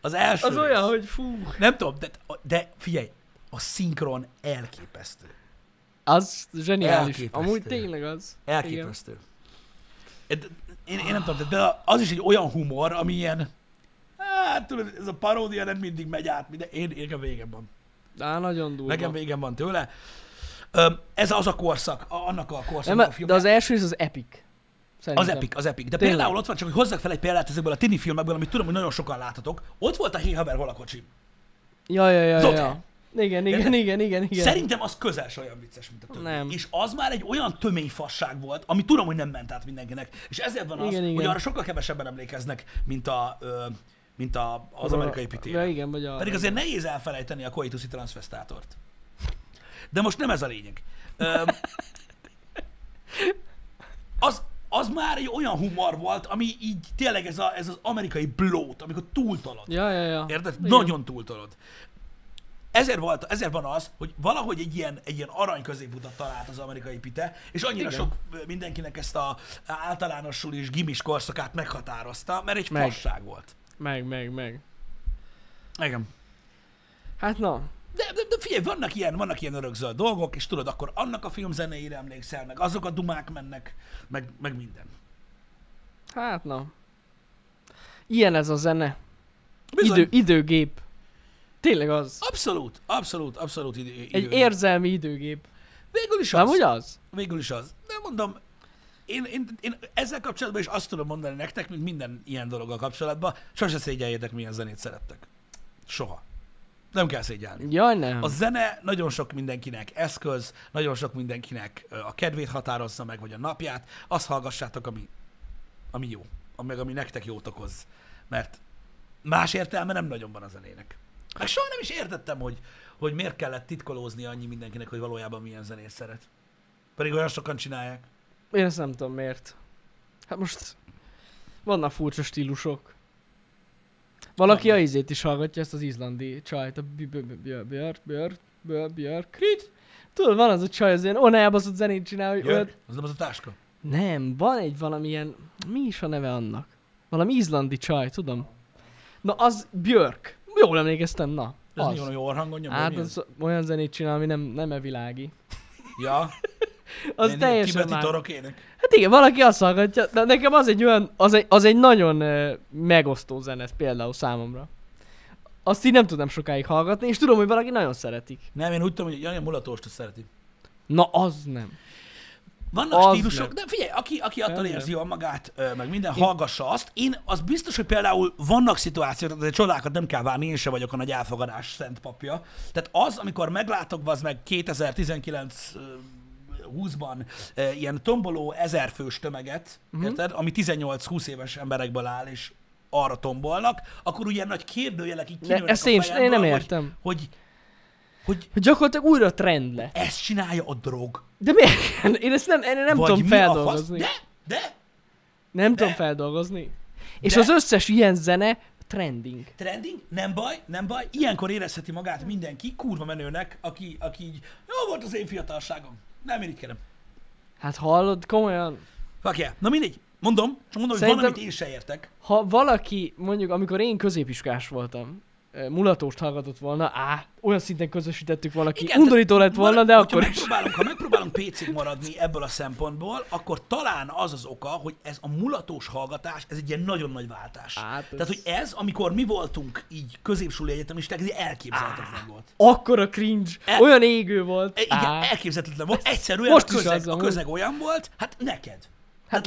S1: az első
S2: Az
S1: rész.
S2: olyan, hogy fú.
S1: Nem tudom, de, de figyelj, a szinkron elképesztő.
S2: Az zseniális.
S1: Elképesztő.
S2: Amúgy tényleg az.
S1: Elképesztő. Én, én, én nem tudom, de- de az is egy olyan humor, ami ilyen, hát tudod, ez a paródia nem mindig megy át, de én, én a végem van.
S2: Igen. Á, nagyon durva.
S1: Nekem végem van tőle. Öm, Ez az a korszak, a- annak a
S2: nem,
S1: korszaknak a
S2: de
S1: filmje.
S2: az első rész az epic.
S1: Az
S2: Szerintem.
S1: epik, az epik. De
S2: Tényleg.
S1: például ott van, csak hogy hozzak fel egy példát ezekből a tini filmekből, amit tudom, hogy nagyon sokan láthatok. Ott volt a Hey Haver Hol a kocsi.
S2: Ja, ja, ja,
S1: Zodhe.
S2: ja. Igen, igen,
S1: Érted?
S2: igen, igen, igen.
S1: Szerintem az közel se olyan vicces, mint a többi.
S2: Nem.
S1: És az már egy olyan tömény fasság volt, ami tudom, hogy nem ment át mindenkinek. És ezért van az,
S2: Igen,
S1: hogy
S2: igen.
S1: arra sokkal kevesebben emlékeznek, mint, a, ö, mint a, az
S2: Arra-
S1: amerikai
S2: Ja,
S1: pitére.
S2: igen, vagy a...
S1: Pedig azért nehéz elfelejteni a koituszi transvestátort. De most nem ez a lényeg. Öm, az, az már egy olyan humor volt, ami így tényleg ez, a, ez az amerikai blót, amikor túltalad.
S2: Ja, ja, ja.
S1: Érted?
S2: Igen.
S1: Nagyon túltolod. Ezért, volt, ezért van az, hogy valahogy egy ilyen, egy ilyen arany középutat talált az amerikai pite, és annyira
S2: Igen.
S1: sok ö, mindenkinek ezt a általánosul is gimis korszakát meghatározta, mert egy
S2: Meg.
S1: fasság volt.
S2: Meg, meg, meg.
S1: Igen.
S2: Hát na.
S1: De, de, de figyelj, vannak ilyen, vannak ilyen örökzöld dolgok, és tudod, akkor annak a film zenéire emlékszel, meg azok a dumák mennek, meg, meg minden.
S2: Hát na. Ilyen ez a zene.
S1: Bizony.
S2: Idő, időgép. Tényleg az.
S1: Abszolút, abszolút, abszolút idő.
S2: Egy érzelmi időgép.
S1: Végül is az.
S2: Nem az?
S1: Végül is az. De mondom, én, én, én ezzel kapcsolatban is azt tudom mondani nektek, mint minden ilyen dologgal kapcsolatban, sose szégyeljétek, milyen zenét szerettek. Soha. Nem kell szégyelni.
S2: Jaj, nem.
S1: A zene nagyon sok mindenkinek eszköz, nagyon sok mindenkinek ö, a kedvét határozza meg, vagy a napját. Azt hallgassátok, ami, ami jó, ami- meg ami nektek jót okoz. Mert más értelme nem nagyon van a zenének. Meg soha nem is értettem, hogy, hogy miért kellett titkolózni annyi mindenkinek, hogy valójában milyen zenét szeret. Pedig olyan sokan csinálják.
S2: Én ezt nem tudom miért. Hát most vannak furcsa stílusok. Valaki a
S1: Vannak.
S2: izét is hallgatja, ezt az izlandi csajt, a Bj- Bj- Bj- Björk, Björk, Björk, Björk, Björk, Tudod, van az a csaj, az ilyen on elbaszott zenét csinál, hogy
S1: Jön,
S2: olyat...
S1: az nem az a táska.
S2: Nem, van egy valamilyen... Mi is a neve annak? Valami izlandi csaj, tudom. Na, az Björk. Jól emlékeztem, na.
S1: Ez
S2: Az.
S1: mi van, hogy orhangon nyomja?
S2: Hát
S1: mi az?
S2: az olyan zenét csinál, ami nem, nem e világi.
S1: Ja,
S2: Az
S1: ilyen
S2: teljesen
S1: tibeti
S2: már...
S1: torokének.
S2: Hát igen, valaki azt hallgatja, de nekem az egy olyan, az egy, az egy nagyon ö, megosztó zene például számomra. Azt így nem tudnám sokáig hallgatni, és tudom, hogy valaki nagyon szeretik.
S1: Nem, én úgy tudom, hogy Jani a mulatóst szereti.
S2: Na az nem.
S1: Vannak
S2: Az
S1: stílusok,
S2: meg.
S1: de figyelj, aki, aki attól
S2: Rendben.
S1: érzi jól magát, ö, meg minden, hallgassa azt. Én az biztos, hogy például vannak szituációk, tehát azért csodákat nem kell várni, én se vagyok a nagy elfogadás szent papja. Tehát az, amikor meglátok, az meg 2019 ö, 20-ban ö, ilyen tomboló ezerfős tömeget,
S2: Mhm.
S1: érted, ami 18-20 éves emberekből áll, és arra tombolnak, akkor ugye nagy kérdőjelek így
S2: Ne,
S1: kinőnek
S2: ezt
S1: a
S2: én s-
S1: fejemből,
S2: én nem
S1: hogy-
S2: értem.
S1: Hogy, hogy
S2: Hogy Gyakorlatilag újra trend lett.
S1: ezt csinálja a drog.
S2: De miért? Én ezt nem, én nem
S1: vagy
S2: tudom
S1: mi a fasz-
S2: feldolgozni.
S1: De, de,
S2: Nem tudom feldolgozni. És
S1: De-
S2: az összes ilyen zene trending.
S1: Trending, nem baj, nem baj. Ilyenkor érezheti magát mindenki kurva menőnek, aki, aki így, jó volt az én fiatalságom. Nem irigykedem.
S2: Hát hallod, komolyan.
S1: Fuck yeah. Na mindegy. Mondom, csak mondom, hogy
S2: Szerintem-
S1: van, amit én se értek.
S2: Ha valaki, mondjuk amikor én középiskás voltam, ö, mulatóst hallgatott volna, á, olyan szinten közösítettük valaki,
S1: Igen,
S2: Igen, undorító lett volna, de
S1: hogyha
S2: akkor is.
S1: megpróbálunk, Ha megpróbálunk pc maradni ebből a szempontból, akkor talán az az oka, hogy ez a mulatós hallgatás, ez egy ilyen nagyon nagy váltás.
S2: Hát ez-
S1: Tehát, hogy ez, amikor mi voltunk így középsúli egyetemisták, ez elképzelhetetlen volt.
S2: Akkora cringe,
S1: E-
S2: olyan égő volt.
S1: E- Igen,
S2: Á, hát
S1: elképzelhetetlen volt. Egyszerűen
S2: most
S1: most
S2: is
S1: a, közeg,
S2: az
S1: a
S2: amúgy.
S1: közeg olyan volt, hát neked.
S2: hát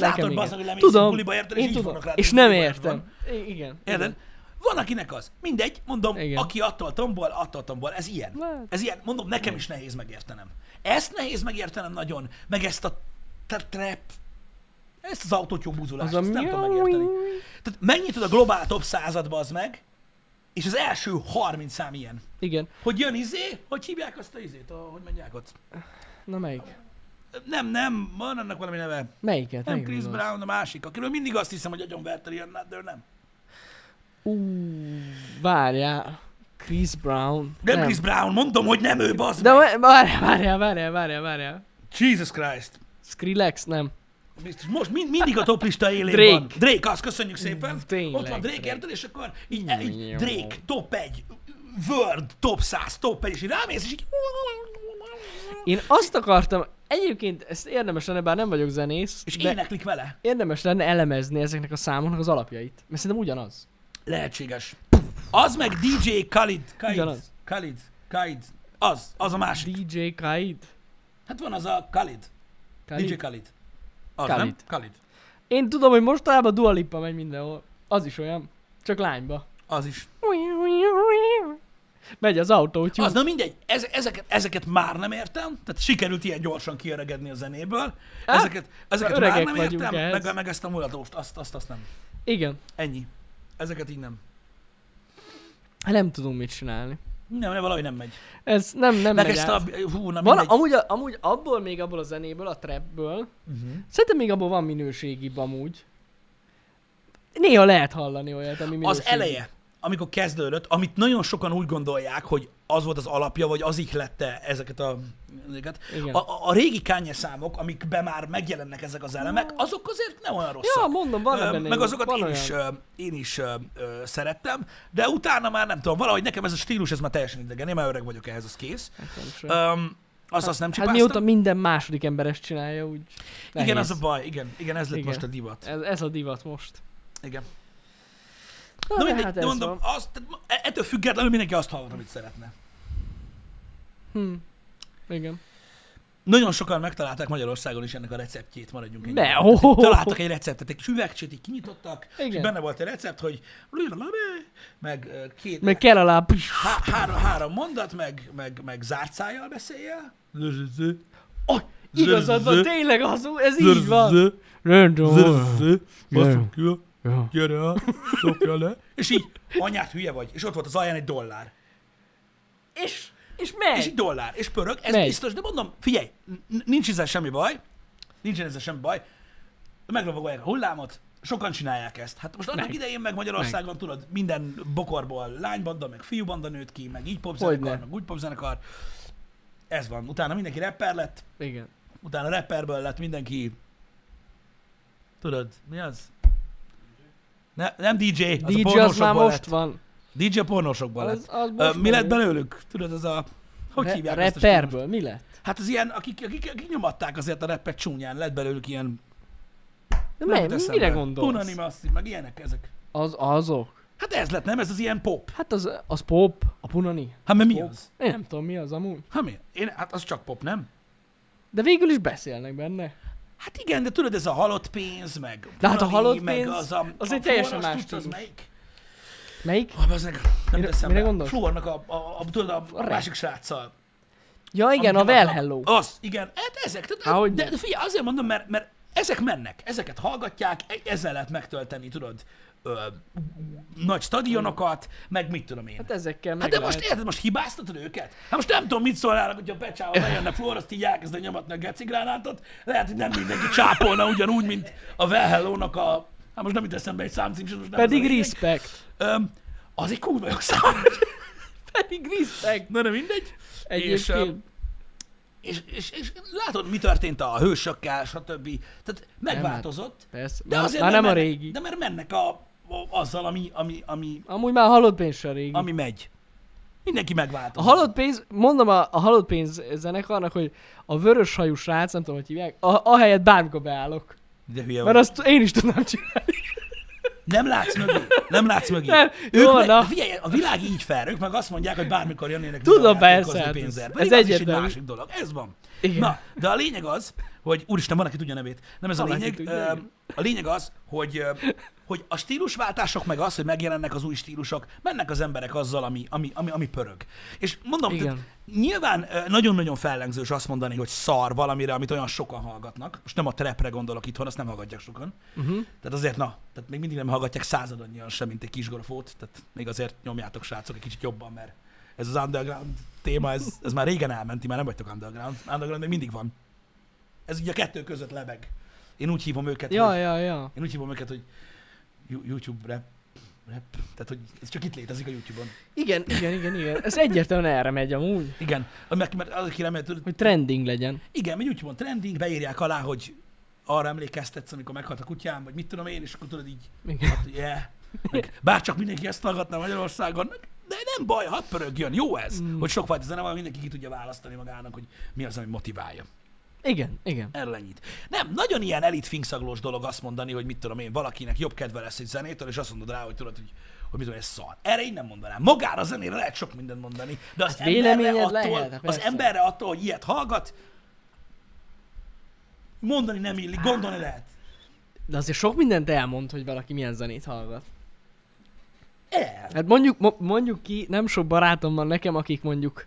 S1: Hát látod,
S2: nekem
S1: bazd, hogy
S2: igen.
S1: lemész
S2: Tudom,
S1: egy buliba, érted, és
S2: én
S1: így
S2: tudom,
S1: fognak rád,
S2: és
S1: hogy
S2: nem
S1: buliba
S2: értem. I- igen.
S1: Érted?
S2: igen.
S1: Van, akinek az. Mindegy, mondom,
S2: Igen.
S1: Igen. aki attól tombol, attól tombol. Ez ilyen.
S2: Lehet.
S1: Ez ilyen. Mondom, nekem is nehéz megértenem. Ezt nehéz megértenem nagyon, meg ezt a tra- trap, ezt az autótyó búzulást,
S2: Az a
S1: ezt nem tudom megérteni. Tehát megnyitod a globál top századba az meg, és az első 30 szám ilyen.
S2: Igen.
S1: Hogy jön izé, hogy hívják azt a izét, a, hogy mondják ott.
S2: Na melyik?
S1: Nem, nem, van annak valami neve.
S2: Melyiket?
S1: Nem
S2: Melyik
S1: Chris
S2: van?
S1: Brown, a másik, akiről mindig azt hiszem, hogy agyon verte ilyen, de ő nem.
S2: Ú, várjál. Chris Brown.
S1: Nem, nem. Chris Brown, mondom, hogy nem ő, bazd
S2: De
S1: meg.
S2: várjál, várjál, várjál, várjál, várjál.
S1: Jesus Christ.
S2: Skrillex? Nem.
S1: Biztos. Most mind, mindig a toplista élén
S2: Drake.
S1: van. Drake, azt köszönjük szépen.
S2: Tényleg,
S1: Ott van Drake,
S2: Drake.
S1: érted? És akkor így, így Drake, top 1, World, top 100, top 1, és így rámész, és így...
S2: Én azt akartam, egyébként ezt érdemes lenne, bár nem vagyok zenész,
S1: És
S2: de
S1: éneklik vele.
S2: érdemes lenne elemezni ezeknek a számoknak az alapjait. Mert szerintem ugyanaz.
S1: Lehetséges. Az meg DJ Khalid. Khalid.
S2: Ugyanaz.
S1: Khalid. Khalid. Az, az a másik.
S2: DJ Khalid.
S1: Hát van az a Khalid.
S2: Khalid.
S1: DJ Khalid. Az,
S2: Khalid.
S1: nem? Khalid.
S2: Én tudom, hogy mostanában Dua Lipa megy mindenhol. Az is olyan. Csak lányba.
S1: Az is.
S2: Megy az autó, úgyhogy...
S1: Az, na mindegy, ez, ezeket, ezeket már nem értem, tehát sikerült ilyen gyorsan kiöregedni a zenéből.
S2: Á,
S1: Ezeket, ezeket már
S2: Hát, öregek
S1: nem
S2: vagyunk
S1: értem,
S2: ehhez.
S1: meg, meg ezt a mulatóst, azt, azt, azt nem.
S2: Igen.
S1: Ennyi. Ezeket így nem.
S2: Hát Nem tudunk mit csinálni.
S1: Nem, nem valahogy nem megy.
S2: Ez nem, nem
S1: Meg
S2: megy
S1: ezt
S2: át.
S1: a... Hú, nem
S2: Van,
S1: mindegy.
S2: amúgy, a- amúgy abból még abból a zenéből, a trapből,
S1: Mhm.
S2: szerintem még abból van minőségibb amúgy. Néha lehet hallani olyat, ami minőségibb.
S1: Az eleje, amikor kezdődött, amit nagyon sokan úgy gondolják, hogy az volt az alapja, vagy az ihlette ezeket a... Ezeket.
S2: Igen.
S1: A, a, a régi Kanye számok, amikben már megjelennek ezek az elemek, azok azért nem olyan rosszak.
S2: Ja, mondom, van
S1: Ö,
S2: benne
S1: meg
S2: jó,
S1: azokat
S2: van
S1: én
S2: olyan.
S1: is, ö, én is ö, ö, szerettem, de utána már nem tudom, valahogy nekem ez a stílus, ez már teljesen idegen, én már öreg vagyok ehhez, az kész.
S2: Nem sem.
S1: Öm, azt, azt nem
S2: Hát
S1: csipáztam.
S2: mióta minden második ember ezt csinálja, úgy
S1: igen,
S2: nehéz.
S1: az a baj, igen, igen, ez lett
S2: Igen.
S1: most a divat.
S2: Ez, ez a divat most.
S1: Igen.
S2: Na,
S1: Na
S2: de
S1: mindegy,
S2: hát
S1: hát
S2: ez
S1: mondom,
S2: van.
S1: azt, tehát ma- e- ettől függetlenül mindenki azt hallgat, amit szeretne.
S2: Hm. Igen.
S1: Nagyon sokan megtalálták Magyarországon is ennek a receptjét, maradjunk ennyi.
S2: Ne,
S1: Tehát
S2: ho,
S1: így
S2: ho, ho.
S1: Találtak egy receptet, egy üvegcsét így kinyitottak, és
S2: Igen.
S1: benne volt egy recept, hogy meg ö, két,
S2: Meg kell alá...
S1: há- három, három mondat, meg, meg, meg zárt szájjal beszéljél. Oh,
S2: Igazad van, tényleg az, ez így van. Rendben van. Basszunk Ja.
S1: gyere el, szokja le. És így, anyát hülye vagy. És ott volt az alján egy dollár.
S2: És, és
S1: És egy
S2: megy.
S1: dollár, és pörög, ez
S2: Megy.
S1: biztos, de mondom, figyelj, n- nincs ezzel semmi baj, nincsen ezzel semmi baj, meglovagolják a hullámot, sokan csinálják ezt. Hát most annak
S2: Meg.
S1: idején meg Magyarországon, tudod, minden bokorból lánybanda, meg fiúbanda nőtt ki, meg így
S2: Hogyne.
S1: popzenekar, meg úgy popzenekar. Ez van. Utána mindenki rapper lett,
S2: Igen.
S1: utána rapperből lett mindenki, tudod, mi az? Ne, nem DJ, az a
S2: DJ az már
S1: pornósokból
S2: most
S1: lett.
S2: van.
S1: DJ a pornósokból lett.
S2: Az, az most
S1: Ö, mi lett
S2: van.
S1: belőlük? Tudod, ez a... Hogy
S2: Re-
S1: hívják ezt a stílust?
S2: Rapperből mi lett?
S1: Hát az ilyen, akik, akik, akik nyomatták azért a repet csúnyán, lett belőlük ilyen...
S2: De
S1: nem
S2: mely,
S1: jut eszembe.
S2: mire gondolsz?
S1: Punani masszív, meg ilyenek ezek.
S2: Az, azok.
S1: Hát ez lett, nem? Ez az ilyen pop.
S2: Hát az, az pop, a punani.
S1: Hát mert mi
S2: Pop.
S1: az?
S2: Én nem tudom mi az amúgy.
S1: Hát mi? Én, hát az csak pop, nem?
S2: De végül is beszélnek benne.
S1: Hát igen, de tudod, ez a halott pénz, meg
S2: De hát a
S1: punani,
S2: halott
S1: meg
S2: pénz,
S1: az, a,
S2: az
S1: a
S2: egy teljesen
S1: fluoros,
S2: más
S1: tudsz, az
S2: stílus.
S1: melyik?
S2: Melyik?
S1: Ah, az nem
S2: Mire-
S1: teszem
S2: mire
S1: be.
S2: gondolsz?
S1: Fluornak a, a, a, tudod, a, a
S2: rap.
S1: másik sráccal.
S2: Ja igen, a
S1: Amit
S2: Well
S1: nyomatnak.
S2: Hello.
S1: Az, igen. Hát ezek,
S2: Há,
S1: tehát,
S2: hogy
S1: de,
S2: ne.
S1: de figyelj, azért mondom, mert, mert ezek mennek, ezeket hallgatják, e- ezzel lehet megtölteni, tudod, ö, nagy stadionokat, meg mit tudom én.
S2: Hát ezekkel meg
S1: Hát de
S2: lehet.
S1: most érted, most hibáztatod őket? Hát most nem tudom, mit szólnának, hogyha Pecsával bejönne Flóra, azt így elkezdne nyomatni a gecigránátot. Lehet, hogy nem mindenki csápolna ugyanúgy, mint a Velhellónak a... Hát most nem jut eszembe egy számcím, és most nem
S2: Pedig
S1: ez a lényeg.
S2: respect.
S1: Öm, az egy kurva jogszabály.
S2: Pedig respect.
S1: Na de mindegy. És,
S2: Egyébként.
S1: És, és, és látod, mi történt a hősökkel, stb. Tehát megváltozott,
S2: Persze.
S1: de
S2: már,
S1: azért
S2: már nem a
S1: mennek,
S2: régi.
S1: De mert mennek a, a, azzal, ami, ami, ami,
S2: Amúgy már a halott pénz se a régi.
S1: ami megy. Mindenki
S2: A
S1: megváltozott.
S2: halott pénz, mondom a, a halott pénz zenekarnak, hogy a vörös hajú srác, nem tudom, hogy hívják, a, ahelyett bármikor beállok.
S1: De hülye vagy.
S2: Mert azt én is tudnám csinálni.
S1: Nem látsz mögé. Nem látsz mögé.
S2: Nem,
S1: Ők
S2: jó,
S1: meg,
S2: na.
S1: Figyelj, a világ így fel, ők meg azt mondják, hogy bármikor jönnének
S2: Tudom,
S1: videójátékozni
S2: persze, hát ez-
S1: pénzért.
S2: ez
S1: Pedig ez az is egy
S2: egyértelmű.
S1: másik dolog. Ez van.
S2: Igen.
S1: Na, de a lényeg az, hogy úristen, van, aki tudja a nevét. Nem ez a
S2: Van, aki
S1: lényeg.
S2: tudja,
S1: ö,
S2: igen.
S1: A lényeg az, hogy ö, hogy a stílusváltások, meg az, hogy megjelennek az új stílusok, mennek az emberek azzal, ami, ami, ami, ami pörög. És mondom,
S2: Igen.
S1: tehát nyilván ö, nagyon-nagyon fellengzős azt mondani, hogy szar valamire, amit olyan sokan hallgatnak. Most nem a trepre gondolok itthon, azt nem hallgatják sokan.
S2: Uh-huh.
S1: Tehát azért, na, tehát még mindig nem hallgatják századannyian sem, mint egy kisgrafót, tehát még azért nyomjátok srácok egy kicsit jobban, mert ez az underground téma, ez, ez már régen elmenti, már nem vagytok underground. Underground még mindig van. Ez ugye a kettő között lebeg. Én úgy hívom őket,
S2: Ja,
S1: hogy,
S2: ja, ja.
S1: én úgy hívom őket, hogy Yu- YouTube rap, rap, tehát hogy ez csak itt létezik a YouTube-on.
S2: Igen, igen, igen, igen. Ez egyértelműen erre megy amúgy.
S1: Igen, mert, mert az, aki remélt, tudod,
S2: Hogy trending legyen.
S1: igen, mert YouTube-on trending, beírják alá, hogy arra emlékeztetsz, amikor meghalt a kutyám, vagy mit tudom én, és akkor tudod így
S2: Igen.
S1: Hát, yeah. Meg, bárcsak mindenki ezt hallgatná Magyarországon, meg- de nem baj, hadd pörögjön, jó ez, mm. hogy sokfajta zene van, mindenki ki tudja választani magának, hogy mi az, ami motiválja.
S2: Igen, igen.
S1: Erről ennyit. Nem, nagyon ilyen elit fingszaglós dolog azt mondani, hogy mit tudom én, valakinek jobb kedve lesz egy zenétől, és azt mondod rá, hogy tudod, hogy, hogy mit tudom, ez szar. Erre én nem mondanám. Magára a zenére lehet sok mindent mondani, de az,
S2: Hát
S1: emberre,
S2: véleményed
S1: attól,
S2: lehet, hát
S1: az
S2: persze.
S1: emberre attól, hogy ilyet hallgat, mondani nem illik, gondolni lehet.
S2: De azért sok mindent elmond, hogy valaki milyen zenét hallgat.
S1: El.
S2: Hát mondjuk, mo- mondjuk ki, nem sok barátom van nekem, akik mondjuk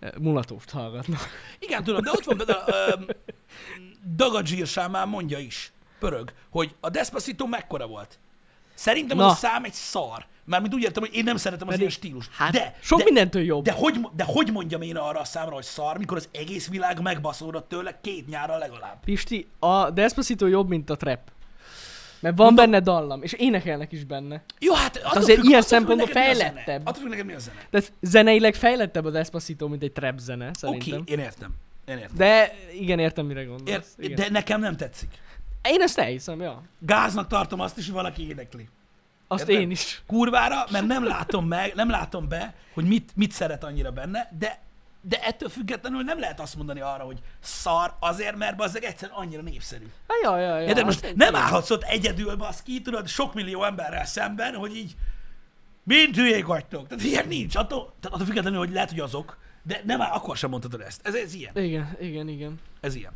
S2: eh, mulatóst hallgatnak.
S1: Igen, tudom, de ott van például um, Dagadzsír már mondja is, pörög, hogy a Despacito mekkora volt. Szerintem az
S2: Na.
S1: a szám egy szar. Mármint úgy értem, hogy én nem szeretem az
S2: Pedig-
S1: ilyen stílust.
S2: Hát
S1: de,
S2: sok
S1: de,
S2: mindentől jobb.
S1: de, hogy, mo- de hogy mondjam én arra a számra, hogy szar, mikor az egész világ megbaszódott tőle két nyára legalább.
S2: Pisti, a Despacito jobb, mint a trap. Mert van benne dallam, és énekelnek is benne.
S1: Jó, hát attól
S2: azért ilyen
S1: attól függ,
S2: szempontból
S1: neked mi a zene.
S2: fejlettebb.
S1: Attól függ, neked mi a zene.
S2: Tehát zeneileg fejlettebb a Despacito, mint egy trap zene,
S1: Oké,
S2: szerintem. Okay.
S1: én értem. Én értem.
S2: De igen, értem, mire gondolsz.
S1: Ért,
S2: igen.
S1: de nekem nem tetszik.
S2: Én ezt elhiszem, ja.
S1: Gáznak tartom azt is, hogy valaki énekli.
S2: Azt
S1: Érted?
S2: én is.
S1: kurvára, mert nem látom meg, nem látom be, hogy mit, mit szeret annyira benne, de, de ettől függetlenül nem lehet azt mondani arra, hogy szar azért, mert bazzeg egyszerűen annyira népszerű.
S2: Hát, ja, ja, ja.
S1: Ja, de
S2: hát
S1: most
S2: én-
S1: nem állhatsz ott egyedül, baszki, tudod, sok millió emberrel szemben, hogy így mind hülyék vagytok. Tehát ilyen nincs. Attól, tehát attól függetlenül, hogy lehet, hogy azok, De nem, már akkor sem mondhatod ezt. Ez, ez ilyen.
S2: Igen, igen, igen.
S1: Ez ilyen.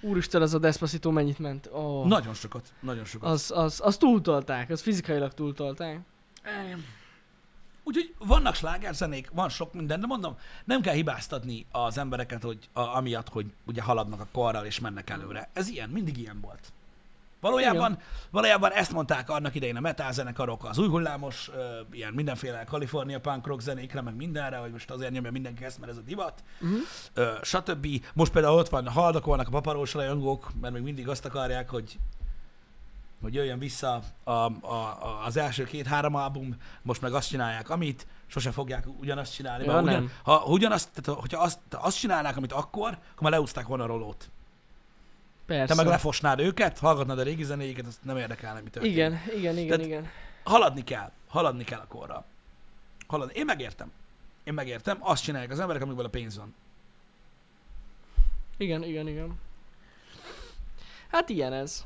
S2: Úristen, az a Despacito mennyit ment. Oh.
S1: Nagyon sokat. Nagyon sokat.
S2: Az, az, az túltolták, az fizikailag túltolták.
S1: Em. Úgyhogy vannak slágerzenék, van sok minden, de mondom, nem kell hibáztatni az embereket, hogy a, amiatt, hogy ugye haladnak a korral és mennek előre. Ez ilyen, mindig ilyen volt. Valójában, valójában ezt mondták annak idején a metal zenekarok, az új hullámos, ö, ilyen mindenféle California punk rock zenékre, meg mindenre, hogy most azért nyomja mindenki ezt, mert ez a divat,
S2: Uh-huh.
S1: ö, stb. Most például ott van, haldokolnak a paparós rajongók, mert még mindig azt akarják, hogy hogy jöjjön vissza a, a, a, az első két-három album, most meg azt csinálják, amit, sose fogják ugyanazt csinálni.
S2: Ja,
S1: mert
S2: nem.
S1: ha ugyanazt, tehát, hogyha azt, azt csinálnák, amit akkor, akkor már leúzták volna a rolót.
S2: Persze.
S1: Te meg lefosnád őket, hallgatnád a régi zenéiket, azt nem érdekelne, mi történik.
S2: Igen, igen, igen,
S1: Tehát-
S2: igen.
S1: Haladni kell, haladni kell a korral. Haladni. Én megértem. Én megértem, azt csinálják az emberek, amikből a pénz van.
S2: Igen, igen, igen. Hát ilyen ez.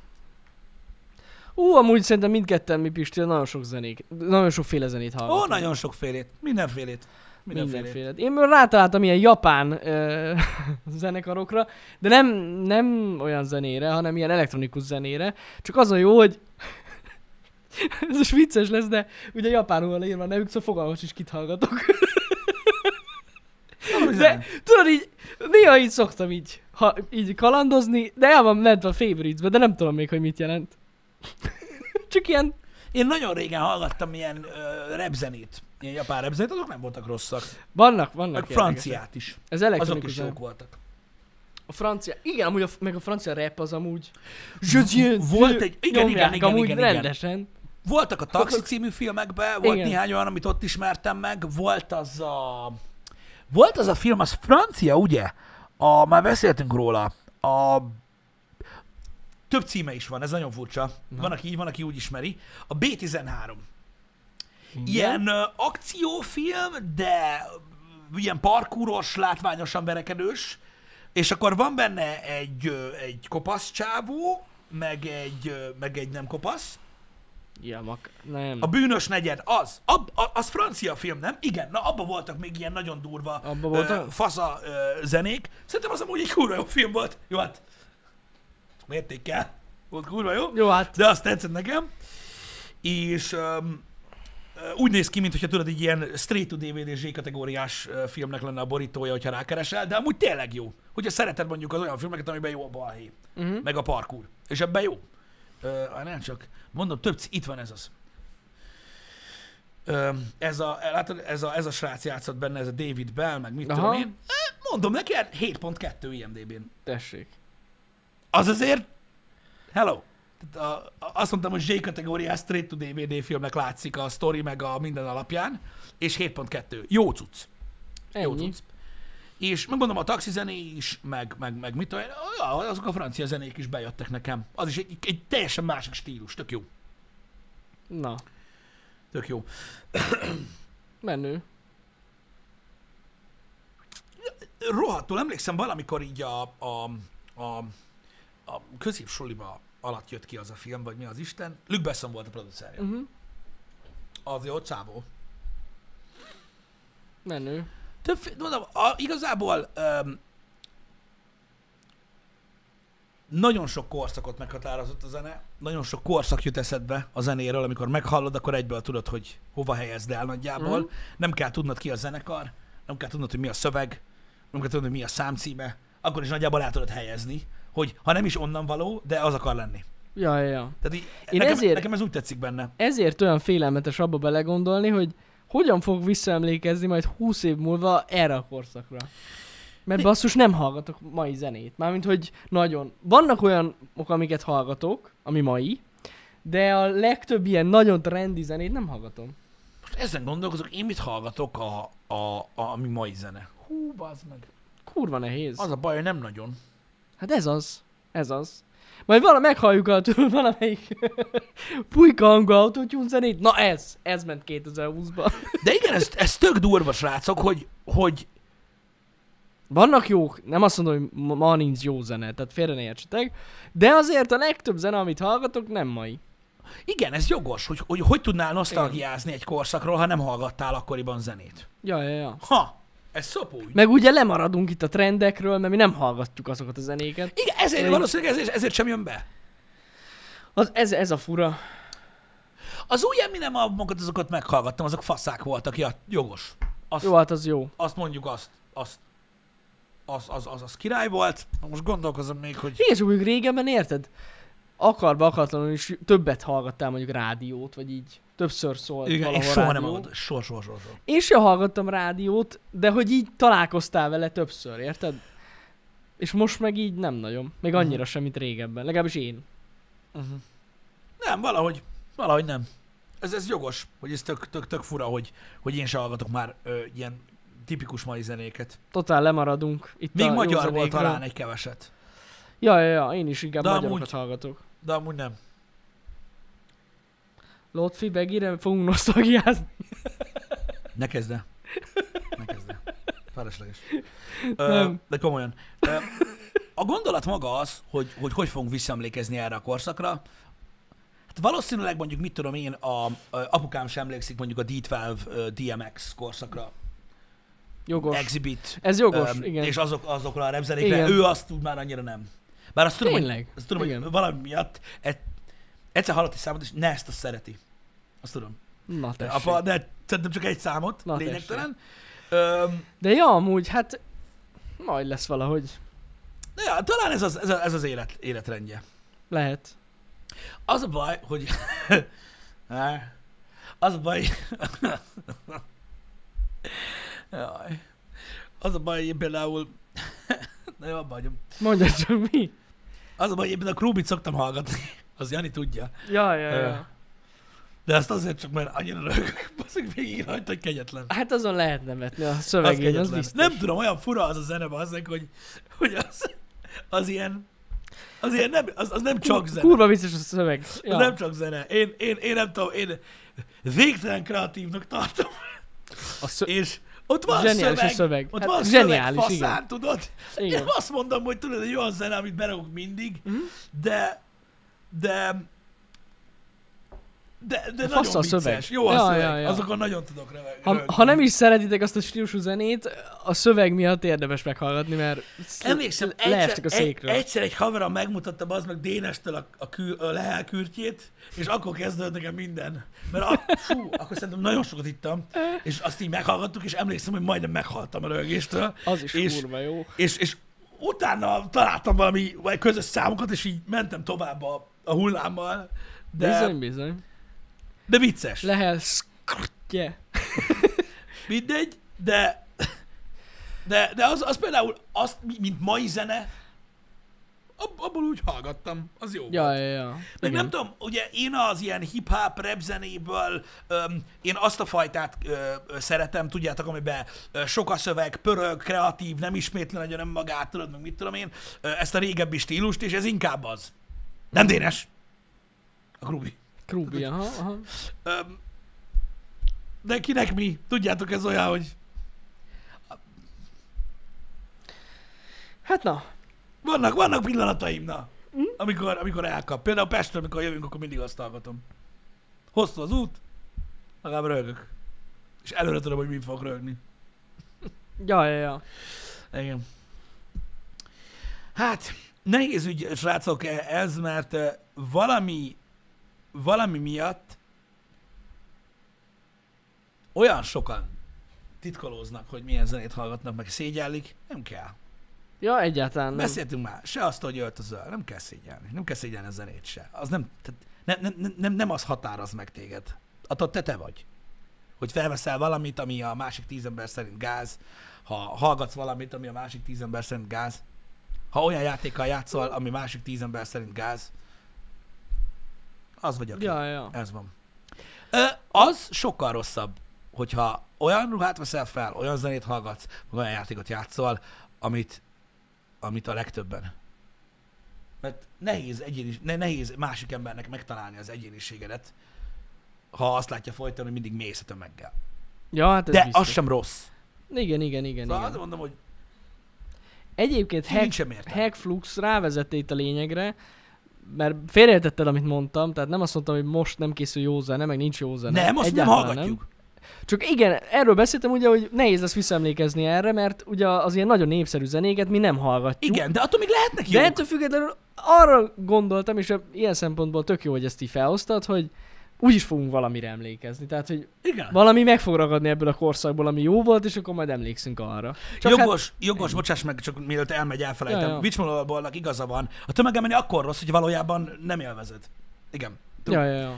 S2: Ú, amúgy szerintem mindketten mi Pisti nagyon sok zenék, nagyon sokféle zenét
S1: Ó,
S2: hallgatunk.
S1: oh, nagyon sokfélét, mindenfélét. Mindenfélét.
S2: Mindenféle. Én már rátaláltam ilyen japán ö, zenekarokra, de nem, nem olyan zenére, hanem ilyen elektronikus zenére. Csak az a jó, hogy ez most vicces lesz, de ugye japánul van írva a nevük, szóval fogalmas is kit hallgatok. De
S1: Mindenfélét.
S2: tudod így, néha így szoktam így, ha, így kalandozni, de el van ment a favorites de nem tudom még, hogy mit jelent. Csak ilyen,
S1: Én nagyon régen hallgattam ilyen ö, repzenét, ilyen japán repzenét, azok nem voltak rosszak.
S2: vannak, vannak
S1: Meg
S2: érdekesek.
S1: franciát is.
S2: Ez
S1: Azok is
S2: elektronikus.
S1: jók
S2: zene.
S1: voltak.
S2: A francia, igen, amúgy a, meg a francia rap az amúgy.
S1: Volt egy... Igen, igen,
S2: Nyomják
S1: igen,
S2: amúgy
S1: igen, igen.
S2: rendesen.
S1: Voltak a Taxi című filmekben, volt
S2: Igen.
S1: néhány olyan, amit ott ismertem meg, volt az a... Volt az a film, az francia, ugye? A, már beszéltünk róla. A... Több címe is van, ez nagyon furcsa. Van, aki így, van, aki úgy ismeri. A B13. Ilyen ö, akciófilm, de ö, ilyen parkúros, látványosan verekedős, és akkor van benne egy, ö, egy kopasz csávó, meg egy, ö, meg egy nem kopasz.
S2: Ja, mak... Nem.
S1: A bűnös negyed, az. Ab, a, az francia film, nem? Igen, na abban voltak még ilyen nagyon durva
S2: Abba voltak?
S1: Ö, fasza ö, zenék. Szerintem az amúgy egy kurva jó film volt. Jó, hát mértékkel. Volt kurva jó.
S2: Jó, hát.
S1: De azt tetszett nekem. És öm, ö, úgy néz ki, mintha tudod, egy ilyen straight to DVD Z kategóriás ö, filmnek lenne a borítója, hogyha rákeresel, de amúgy tényleg jó. Hogyha szereted mondjuk az olyan filmeket, amiben jó a balhé,
S2: Mhm.
S1: meg a parkour. És ebben jó. Ö, á, nem csak, mondom, több, c- itt van ez az. Ö, ez, a, látod, ez, a, ez a srác játszott benne, ez a David Bell, meg mit
S2: Aha.
S1: tudom én. Ö, Mondom hát neked, 7.2 IMDB-n.
S2: Tessék.
S1: Az azért... Hello! Tehát a, a- azt mondtam, hogy Z kategóriás straight to DVD filmnek látszik a story meg a minden alapján, és 7.2. Jó cucc. Jó
S2: Ennyi.
S1: cucc. És megmondom, a taxi zené is, meg, meg, meg mit olyan, azok a francia zenék is bejöttek nekem. Az is egy, egy teljesen másik stílus, tök jó.
S2: Na,
S1: Tök jó.
S2: menő.
S1: rohadtul emlékszem, valamikor így a, a, a, a középsuliba alatt jött ki az a film, vagy mi az Isten. Luke Besson volt a producerje.
S2: Mhm.
S1: Az jó csávó.
S2: Menő.
S1: Több, fi- mondom, a, igazából öm, nagyon sok korszakot meghatározott a zene, nagyon sok korszak jut eszedbe a zenéről, amikor meghallod, akkor egyből tudod, hogy hova helyezd el nagyjából.
S2: Mhm.
S1: Mm. Nem kell tudnod ki a zenekar, nem kell tudnod, hogy mi a szöveg, nem kell tudnod, hogy mi a számcíme, akkor is nagyjából el tudod helyezni, hogy ha nem is onnan való, de az akar lenni.
S2: Ja, ja, ja.
S1: Tehát így,
S2: Én
S1: nekem,
S2: ezért-
S1: nekem ez úgy tetszik benne.
S2: Ezért olyan félelmetes abba belegondolni, hogy hogyan fog visszaemlékezni majd 20 év múlva erre a korszakra. Mert basszus nem hallgatok mai zenét. Mármint, hogy nagyon. Vannak olyan amiket hallgatok, ami mai, de a legtöbb ilyen nagyon trendi zenét nem hallgatom.
S1: Most ezen gondolkozok, én mit hallgatok a, a, a, a mi mai zene. Hú, bazd meg.
S2: Kurva nehéz.
S1: Az a baj, hogy nem nagyon.
S2: Hát ez az. Ez az. Majd vala, meghalljuk a tőle valamelyik pulyka hangú autótyún zenét. Na ez, ez ment 2020-ban.
S1: De igen, ez, ez tök durva, srácok, hogy, hogy
S2: Vannak jók, nem azt mondom, hogy ma- ma nincs jó zene, tehát félre ne értsetek, de azért a legtöbb zene, amit hallgatok, nem mai.
S1: Igen, ez jogos, hogy hogy, hogy tudnál nosztalgiázni egy korszakról, ha nem hallgattál akkoriban zenét.
S2: Ja, ja, ja.
S1: Ha, ez szopó ügy.
S2: Meg ugye lemaradunk itt a trendekről, mert mi nem hallgatjuk azokat a zenéket.
S1: Igen, ezért valószínűleg ezért, ezért sem jön be.
S2: Az, ez, ez a fura.
S1: Az új Eminem albumokat, azokat meghallgattam, azok faszák voltak, ja, jogos. Azt,
S2: Jó, hát az jó.
S1: azt mondjuk, azt, azt, az, az, az, az király volt. Na Most gondolkozom még, hogy...
S2: Igen, csak mondjuk régebben érted? Akarva akatlanul is többet hallgattál mondjuk rádiót, vagy így. Többször szólt
S1: Igen, én
S2: valahol
S1: soha nem
S2: rádió.
S1: hallottam. Soha, soha, soha, soha.
S2: Én sem hallgattam rádiót, de hogy így találkoztál vele többször, érted? És most meg így nem nagyon. Még annyira
S1: Mhm.
S2: uh-huh. sem, mint régebben. Legalábbis én.
S1: Uh-huh. Nem, valahogy, valahogy nem. Ez, ez jogos, hogy ez tök, tök, tök fura, hogy, hogy én se hallgatok már ö, ilyen tipikus mai zenéket.
S2: Totál lemaradunk. Itt
S1: Még
S2: a jó
S1: magyar volt
S2: zenékről.
S1: talán egy keveset,
S2: Ja, ja, ja, én is inkább
S1: De
S2: de magyarokat
S1: amúgy-
S2: hallgatok.
S1: de amúgy nem.
S2: Lotfi, Begire fogunk nosztalgiázni.
S1: Ne kezd el. Ne kezd el. Felesleges. Ö,
S2: Nem.
S1: de komolyan. Ö, a gondolat maga az, hogy, hogy hogy fogunk visszaemlékezni erre a korszakra. Hát valószínűleg mondjuk, mit tudom én, a, a apukám sem emlékszik mondjuk a D12 ö, DMX korszakra.
S2: Jogos.
S1: Exhibit.
S2: Ez jogos,
S1: Öm,
S2: igen.
S1: És azok, azokra a repzenékre.
S2: Igen.
S1: Ő azt tud már annyira nem. Bár azt tudom, hogy,
S2: Tényleg?
S1: azt tudom hogy
S2: Igen.
S1: valami miatt e, egyszer hallott egy számot, és ne ezt azt szereti. Azt tudom.
S2: Na
S1: De
S2: tessék.
S1: apa, de szerintem csak egy számot,
S2: Na,
S1: lényegtelen. Öm,
S2: De ja, amúgy, hát majd lesz valahogy.
S1: de ja, talán ez az, ez, a, ez az élet, életrendje.
S2: Lehet.
S1: Az a baj, hogy... Á, az a baj... Jaj. Az a baj, hogy én például... Na jó, abba hagyom.
S2: Mondja csak mi.
S1: Az a baj, hogy én például Krúbit szoktam hallgatni. Az Jani tudja.
S2: Ja, ja,
S1: Ö.
S2: ja.
S1: De ezt azért csak, mert annyira rögök, baszik végig rajta, hogy kegyetlen.
S2: Hát azon lehetne vetni a
S1: Az
S2: szövegén, az
S1: kegyetlen.
S2: biztos.
S1: nem tudom, olyan fura az a zene, bazzeg, hogy, hogy az, az ilyen, az ilyen nem, az, az nem csak zene.
S2: Kurva vicces a szöveg.
S1: Ja.
S2: Ja.
S1: Nem csak zene. Én, én, én nem tudom, én végtelen kreatívnak tartom.
S2: A szö...
S1: És ott van
S2: Zseniális
S1: szöveg,
S2: a szöveg.
S1: Ott
S2: Hát
S1: van
S2: zseniális,
S1: szöveg faszán,
S2: igen.
S1: tudod? Igen.
S2: Igen. Mhm.
S1: Én azt mondom, hogy tudod, egy olyan zene, amit beragok mindig, mm. de, de, de, de
S2: fasz
S1: nagyon
S2: a
S1: vicces.
S2: szöveg.
S1: Jó a
S2: Ja,
S1: szöveg.
S2: ja, ja.
S1: Azokon nagyon tudok röve-
S2: Ha,
S1: röhögni.
S2: ha nem is szeretitek azt a stílusú zenét, a szöveg miatt érdemes meghallgatni, mert sz-
S1: Emlékszem, egyszer,
S2: leestek a
S1: egy,
S2: székről. Egy,
S1: egyszer egy haverom megmutatta az meg Dénestől a, a, kül, a lehelkürtjét, és akkor kezdődött nekem minden. Mert a, fú, akkor szerintem nagyon sokat ittam, és azt így meghallgattuk, és emlékszem, hogy majdnem meghaltam a rögéstől.
S2: az is
S1: és,
S2: kurva jó.
S1: és, és utána találtam valami vagy közös számokat, és így mentem tovább a, a hullámmal.
S2: De...
S1: De,
S2: Bizony, bizony.
S1: de vicces. Le...
S2: Lehel skrtje.
S1: Mindegy, de, de, de az, az például, azt, mi- mint mai zene, ab- abból úgy hallgattam, az jó volt.
S2: Ja, ja, ja.
S1: Meg
S2: Igen.
S1: nem tudom, ugye én az ilyen hip-hop, rap zenéből, öm, én azt a fajtát ö, ö, szeretem, tudjátok, amiben ö, sok a szöveg, pörög, kreatív, nem ismétli nagyon önmagát, tudod, meg mit tudom én, ö, ezt a régebbi stílust, és ez inkább az. Nem dénes. A grubi.
S2: Krúbi, aha, aha.
S1: Öm, de kinek mi? Tudjátok, ez olyan, hogy
S2: Hát na,
S1: vannak, vannak pillanataim, na, amikor, amikor elkap. Például Pestről, amikor jövünk, akkor mindig azt hallgatom. Hosszú az út, legalább rögök. És előre tudom, hogy mit fog rögni.
S2: ja, ja, ja.
S1: Igen. Hát, nehéz ügy, srácok, ez, mert eh, valami, valami miatt olyan sokan titkolóznak, hogy milyen zenét hallgatnak, meg szégyellik. Nem kell.
S2: Ja, egyáltalán nem.
S1: Beszéltünk már, se azt, hogy öltözöl, nem kell szégyelni, nem kell szégyelni a zenét se. Az nem, tehát nem, nem- nem, nem, nem az határoz meg téged. Attól te te vagy. Hogy felveszel valamit, ami a másik tíz ember szerint gáz, ha hallgatsz valamit, ami a másik tíz ember szerint gáz, ha olyan játékkal játszol, ami másik tíz ember szerint gáz, az vagy aki.
S2: Ja, ja.
S1: Ez van. Ö, az sokkal rosszabb, hogyha olyan ruhát veszel fel, olyan zenét hallgatsz, vagy olyan játékot játszol, amit, amit a legtöbben. Mert nehéz, egyéni, ne, nehéz másik embernek megtalálni az egyéniségedet, ha azt látja folyton, hogy mindig mész a tömeggel.
S2: Ja, hát ez
S1: De
S2: biztos.
S1: az sem rossz.
S2: Igen, igen, igen,
S1: Szóval azt
S2: igen.
S1: mondom, hogy
S2: Egyébként
S1: nincs
S2: hack,
S1: sem értelme.
S2: hack Flux rávezette itt a lényegre, mert félreértetted, amit mondtam, tehát nem azt mondtam, hogy most nem készül jó zene, meg nincs jó zene.
S1: Nem, azt nem
S2: Egyáltalán
S1: hallgatjuk.
S2: Csak igen, erről beszéltem ugye, hogy nehéz lesz visszaemlékezni erre, mert ugye az ilyen nagyon népszerű zenéket mi nem hallgatjuk.
S1: Igen, de attól még lehetnek
S2: De
S1: jók.
S2: ettől függetlenül arra gondoltam, és ilyen szempontból tök jó, hogy ezt így felhoztad, hogy úgyis fogunk valamire emlékezni. Tehát, hogy
S1: Igen.
S2: valami meg fog ragadni ebből a korszakból, ami jó volt, és akkor majd emlékszünk arra. Csak hát,
S1: jogos, jogos, bocsáss meg, csak mielőtt elmegy,
S2: Ja,
S1: elfelejtem.
S2: ja.
S1: Vicsmolóbolnak igaza van. A tömegemelni akkor rossz, hogy valójában nem élvezed. Igen.
S2: ja, ja, ja.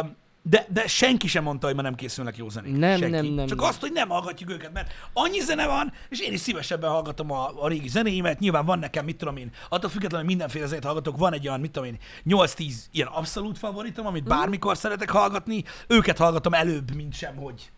S1: Ö, de, de senki sem mondta, hogy ma nem készülnek jó zenék.
S2: Nem,
S1: senki.
S2: nem, nem,
S1: Csak
S2: nem.
S1: azt, hogy nem hallgatjuk őket, mert annyi zene van, és én is szívesebben hallgatom a, a régi zenéimet. Nyilván van nekem, mit tudom én, attól függetlenül, hogy mindenféle zenét hallgatok, van egy olyan, mit tudom én, 8-10 ilyen abszolút favoritom,
S2: Mhm.
S1: amit bármikor szeretek hallgatni. Őket hallgatom előbb, mint sem, hogy,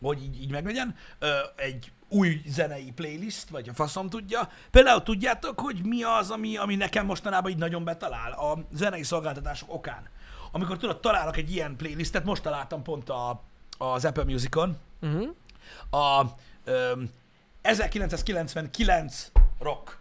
S1: hogy így, így meglegyen. Ö, egy új zenei playlist, vagy a faszom tudja. Például tudjátok, hogy mi az, ami, ami nekem mostanában így nagyon betalál a zenei szolgáltatások okán. Amikor tudod, találok egy ilyen playlistet, most találtam pont a, az Apple Musicon,
S2: Uh-huh.
S1: a öm, 1999 rock,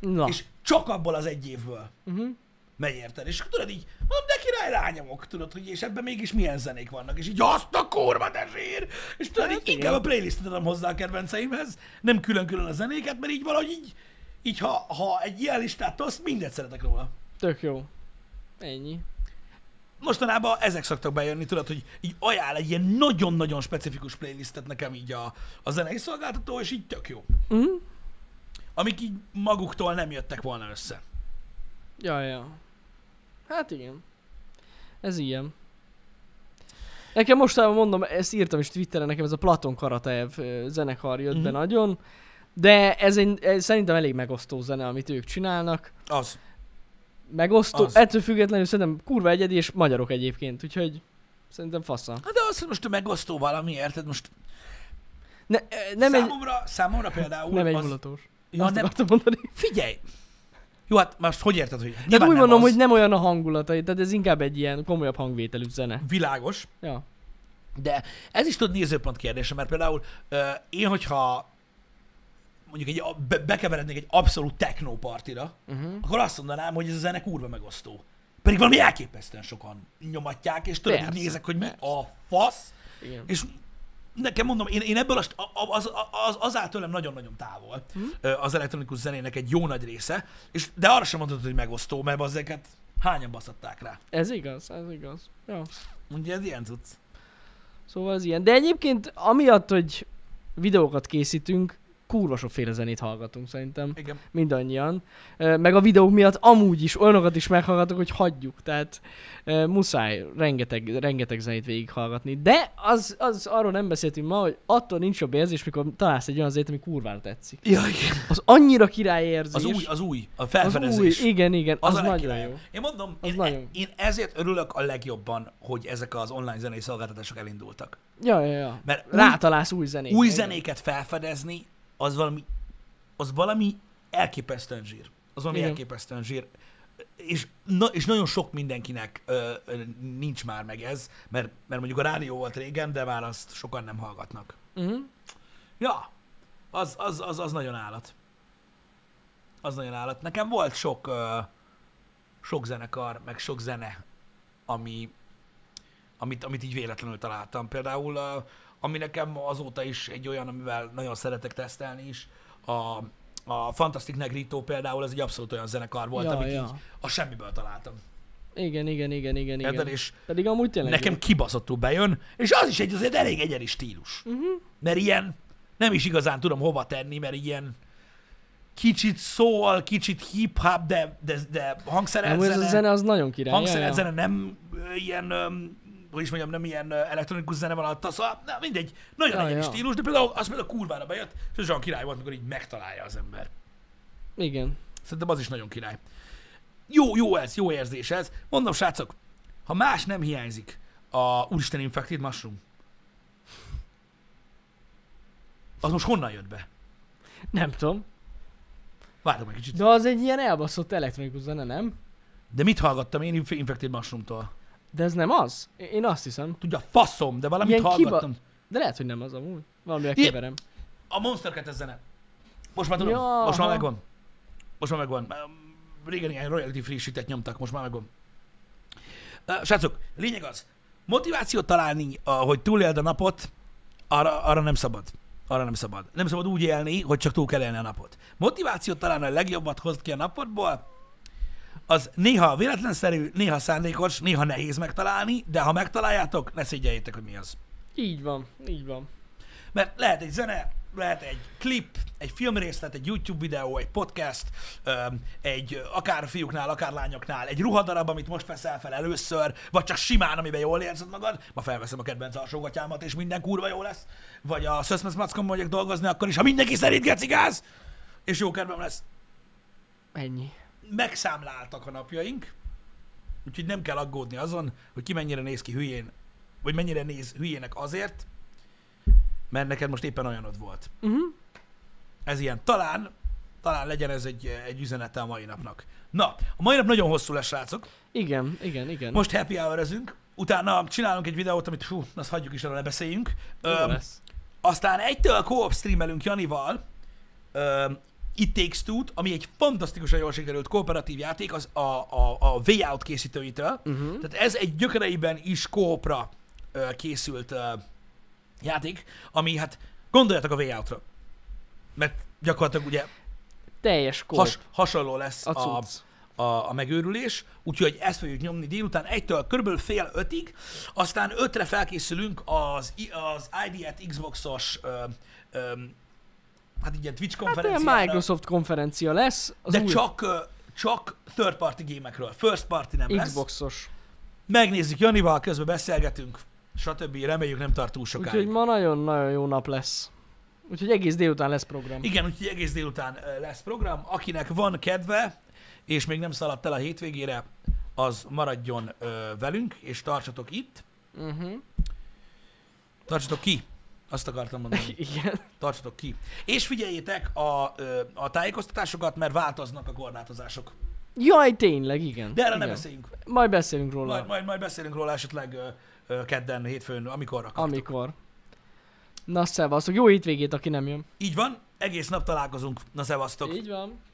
S2: Na,
S1: és csak abból az egy évből
S2: uh-huh.
S1: megy érted? És akkor tudod így, mondom, de király rányomok, tudod, hogy és ebben mégis milyen zenék vannak, és így azt a kurva de zsír! És tudod,
S2: Hát
S1: így
S2: igen.
S1: inkább a playlistet adom hozzá a kedvenceimhez, nem külön-külön a zenéket, mert így valahogy így, így ha, ha egy ilyen listát tolsz, mindent szeretek róla.
S2: tök jó. Ennyi.
S1: Mostanában ezek szoktak bejönni, tudod, hogy így ajánl egy ilyen nagyon-nagyon specifikus playlistet nekem így a, a zenei szolgáltató, és így tök jó.
S2: Uh-huh.
S1: Amik így maguktól nem jöttek volna össze.
S2: Ja, ja. Hát igen. Ez ilyen. Nekem mostában mondom, ezt írtam is Twitteren, nekem ez a Platon Karatev ö, zenekar jött be
S1: Mhm.
S2: nagyon, de ez, egy, ez szerintem elég megosztó zene, amit ők csinálnak.
S1: Az.
S2: Megosztó,
S1: Az.
S2: az. ettől függetlenül szerintem kurva egyedi, és magyarok egyébként, úgyhogy szerintem fassa.
S1: Hát de azt, hogy most megosztó valami, érted? Most
S2: Ne, ö, nem
S1: nem
S2: egy,
S1: számomra, egy... számomra például
S2: nem egy
S1: az,
S2: mulatós.
S1: Ja,
S2: Azt
S1: nem-
S2: akartam mondani.
S1: Figyelj! Jó, hát most hogy érted, hogy
S2: De
S1: nyilván
S2: úgy
S1: nem
S2: mondom,
S1: az,
S2: hogy nem olyan a hangulata, tehát ez inkább egy ilyen komolyabb hangvételű zene.
S1: világos,
S2: Ja.
S1: de ez is tud nézőpont kérdése, mert például ö, én, hogyha mondjuk egy, a- be, bekeverednék egy abszolút technópartira,
S2: Uh-huh.
S1: akkor azt mondanám, hogy ez a zene kurva megosztó. Pedig valami elképesztően sokan nyomatják, és tudod, így
S2: Persze,
S1: nézek, hogy mi a fasz,
S2: Igen.
S1: és nekem mondom, én, én ebből az, az, az, az áll tőlem nagyon-nagyon távol
S2: Hm?
S1: ö, az elektronikus zenének egy jó nagy része, és, de arra sem mondhatod, hogy megosztó, mert ezeket hányan baszatták rá.
S2: Ez igaz, ez igaz. Ja.
S1: Ugye ez ilyen cucc.
S2: Szóval az ilyen. De egyébként amiatt, hogy videókat készítünk, kurva sokféle zenét hallgatunk szerintem.
S1: Igen.
S2: Mindannyian. Ö, Meg a videók miatt amúgy is olyanokat is meghallgatok, hogy hagyjuk. Tehát ö, muszáj rengeteg, rengeteg zenét végighallgatni. De az, az arról nem beszéltünk ma, hogy attól nincs jobb érzés, mikor találsz egy olyan zenét, ami kurvára tetszik.
S1: Ja, igen.
S2: Az annyira király érzés.
S1: Az új, az új, a
S2: az
S1: felfedezés.
S2: új, igen, igen, az, az
S1: a
S2: nagyon
S1: legkirályabb.
S2: jó.
S1: Én mondom,
S2: Az
S1: én,
S2: nagyon.
S1: én ezért örülök a legjobban, hogy ezek az online zenei szolgáltatások elindultak.
S2: Ja, ja, ja.
S1: Mert új,
S2: Rátalálsz új zenékre.
S1: új
S2: igen.
S1: zenéket felfedezni, az valami, az valami elképesztően zsír. Az valami
S2: Igen.
S1: elképesztően zsír. És, na, és nagyon sok mindenkinek ö, ö, nincs már meg ez, mert, mert mondjuk a rádió volt régen, de már azt sokan nem hallgatnak.
S2: Uh-huh.
S1: Ja, az, az, az, az nagyon állat. Az nagyon állat. Nekem volt sok, ö, sok zenekar, meg sok zene, ami, amit, amit így véletlenül találtam. Például, ö, ami nekem azóta is egy olyan, amivel nagyon szeretek tesztelni is, a, a Fantastic Negrito például, ez egy abszolút olyan zenekar volt,
S2: Ja,
S1: ja, amit
S2: ja.
S1: ja. így a semmiből találtam.
S2: Igen, igen, igen, igen, igen.
S1: Érted? És
S2: Pedig amúgy tényleg
S1: nekem kibaszottul bejön, és az is egy azért elég egyedi stílus.
S2: Uh-huh.
S1: mert ilyen nem is igazán tudom hova tenni, mert ilyen kicsit szól, kicsit hip-hop, de, de, de hangszerelt
S2: Nem, ez
S1: zene,
S2: a zene az nagyon király.
S1: hangszerelt
S2: ja, ja.
S1: zene nem ö, ilyen, öm, hogy is mondjam, nem ilyen ö, elektronikus zene van alatt, szóval na, mindegy, nagyon
S2: Ja,
S1: ja, egyedi
S2: ja.
S1: stílus, de például az például kurvára bejött, és az olyan király volt, amikor így megtalálja az ember.
S2: Igen.
S1: Szerintem az is nagyon király. Jó, jó ez, jó érzés ez. Mondom, srácok, ha más nem hiányzik, a Úristen Infected Mushroom, az most honnan jött be?
S2: Nem tudom.
S1: Vártam egy kicsit.
S2: De az egy ilyen elbaszott elektronikus zene, nem?
S1: De mit hallgattam én Inf- Infected Mushroom-tól?
S2: De ez nem az? É- Én azt hiszem.
S1: Tudja, faszom, de valamit
S2: Ilyen
S1: Ilyen
S2: kiba-
S1: hallgattam. Kiba...
S2: De lehet, hogy nem az amúgy. Valamivel
S1: Ilyen-
S2: keverem.
S1: A Monster 2 zene. Most már tudom,
S2: Ja,
S1: ja, most már
S2: aha.
S1: megvan. Most már megvan. Öm, régen ilyen royalty free shit nyomtak, most már megom. Uh, srácok, lényeg az, motivációt találni, a- hogy túléld a napot, arra, arra nem szabad. Arra nem szabad. Nem szabad úgy élni, hogy csak túl kell élni a napot. Motivációt találni, a legjobbat hozd ki a napodból, az néha véletlenszerű, néha szándékos, néha nehéz megtalálni, de ha megtaláljátok, ne szégyeljétek, hogy mi az.
S2: Így van, így van.
S1: Mert lehet egy zene, lehet egy klip, egy filmrészlet, egy YouTube videó, egy podcast, öm, egy ö, akár fiúknál, akár lányoknál, egy ruhadarab, amit most veszel fel először, vagy csak simán, amiben jól érzed magad, ma felveszem a kedvenc alsógatyámat, és minden kurva jó lesz, vagy a Szöszmesz Mackon megyek dolgozni, akkor is, ha mindenki szerint gecigáz, és jó kedvem lesz.
S2: Ennyi.
S1: Megszámláltak a napjaink, úgyhogy nem kell aggódni azon, hogy ki mennyire néz ki hülyén, vagy mennyire néz hülyének azért, mert neked most éppen olyanod volt
S2: Uh-huh.
S1: ez ilyen, talán, talán legyen ez egy, egy üzenete a mai napnak. Na, a mai nap nagyon hosszú lesz, srácok.
S2: Igen, igen, igen.
S1: Most happy hour utána csinálunk egy videót, amit hú, azt hagyjuk is, arra ne beszéljünk.
S2: Jó
S1: Öm,
S2: lesz.
S1: aztán egytől co-op streamelünk Janival, öm, It Takes Two-t, ami egy fantasztikusan jól sikerült kooperatív játék az a, a, a Way Out készítőitől.
S2: Uh-huh.
S1: Tehát ez egy gyökereiben is kópra ö, készült ö, játék, ami hát gondoljatok a Way Out-ra. Mert gyakorlatilag ugye
S2: Teljes kóp.
S1: has, hasonló lesz
S2: a
S1: a,
S2: cucc. Hát
S1: a, a megőrülés, úgyhogy ezt fogjuk nyomni délután egytől körülbelül fél ötig, aztán ötre felkészülünk az, i- az ID Xbox-os ö, ö, hát így ilyen Twitch
S2: Hát olyan
S1: konferenciára,
S2: Microsoft konferencia lesz, az
S1: de
S2: új
S1: csak, ö, csak third party gémekről, first party nem lesz.
S2: Xboxos.
S1: Megnézzük Janival, közben beszélgetünk, stb. Reméljük nem tart túl sokáig.
S2: Úgyhogy ma nagyon-nagyon jó nap lesz. Úgyhogy egész délután lesz program.
S1: Igen, úgyhogy egész délután ö, lesz program. Akinek van kedve, és még nem szaladt el a hétvégére, az maradjon ö, velünk, és tartsatok itt.
S2: Uh-huh.
S1: Tartsatok ki! Azt akartam mondani.
S2: Igen.
S1: Tartsatok ki. És figyeljétek a, ö, a tájékoztatásokat, mert változnak a korlátozások.
S2: Jaj, tényleg, igen.
S1: De erre
S2: igen.
S1: nem beszéljünk.
S2: Majd beszélünk róla,
S1: Majd, majd, majd beszélünk róla esetleg ö, ö, kedden, hétfőn, amikor akar.
S2: amikor. Na, szevasztok. Jó hétvégét, aki nem jön.
S1: Így van, egész nap találkozunk. Na, szevasztok!
S2: Így van.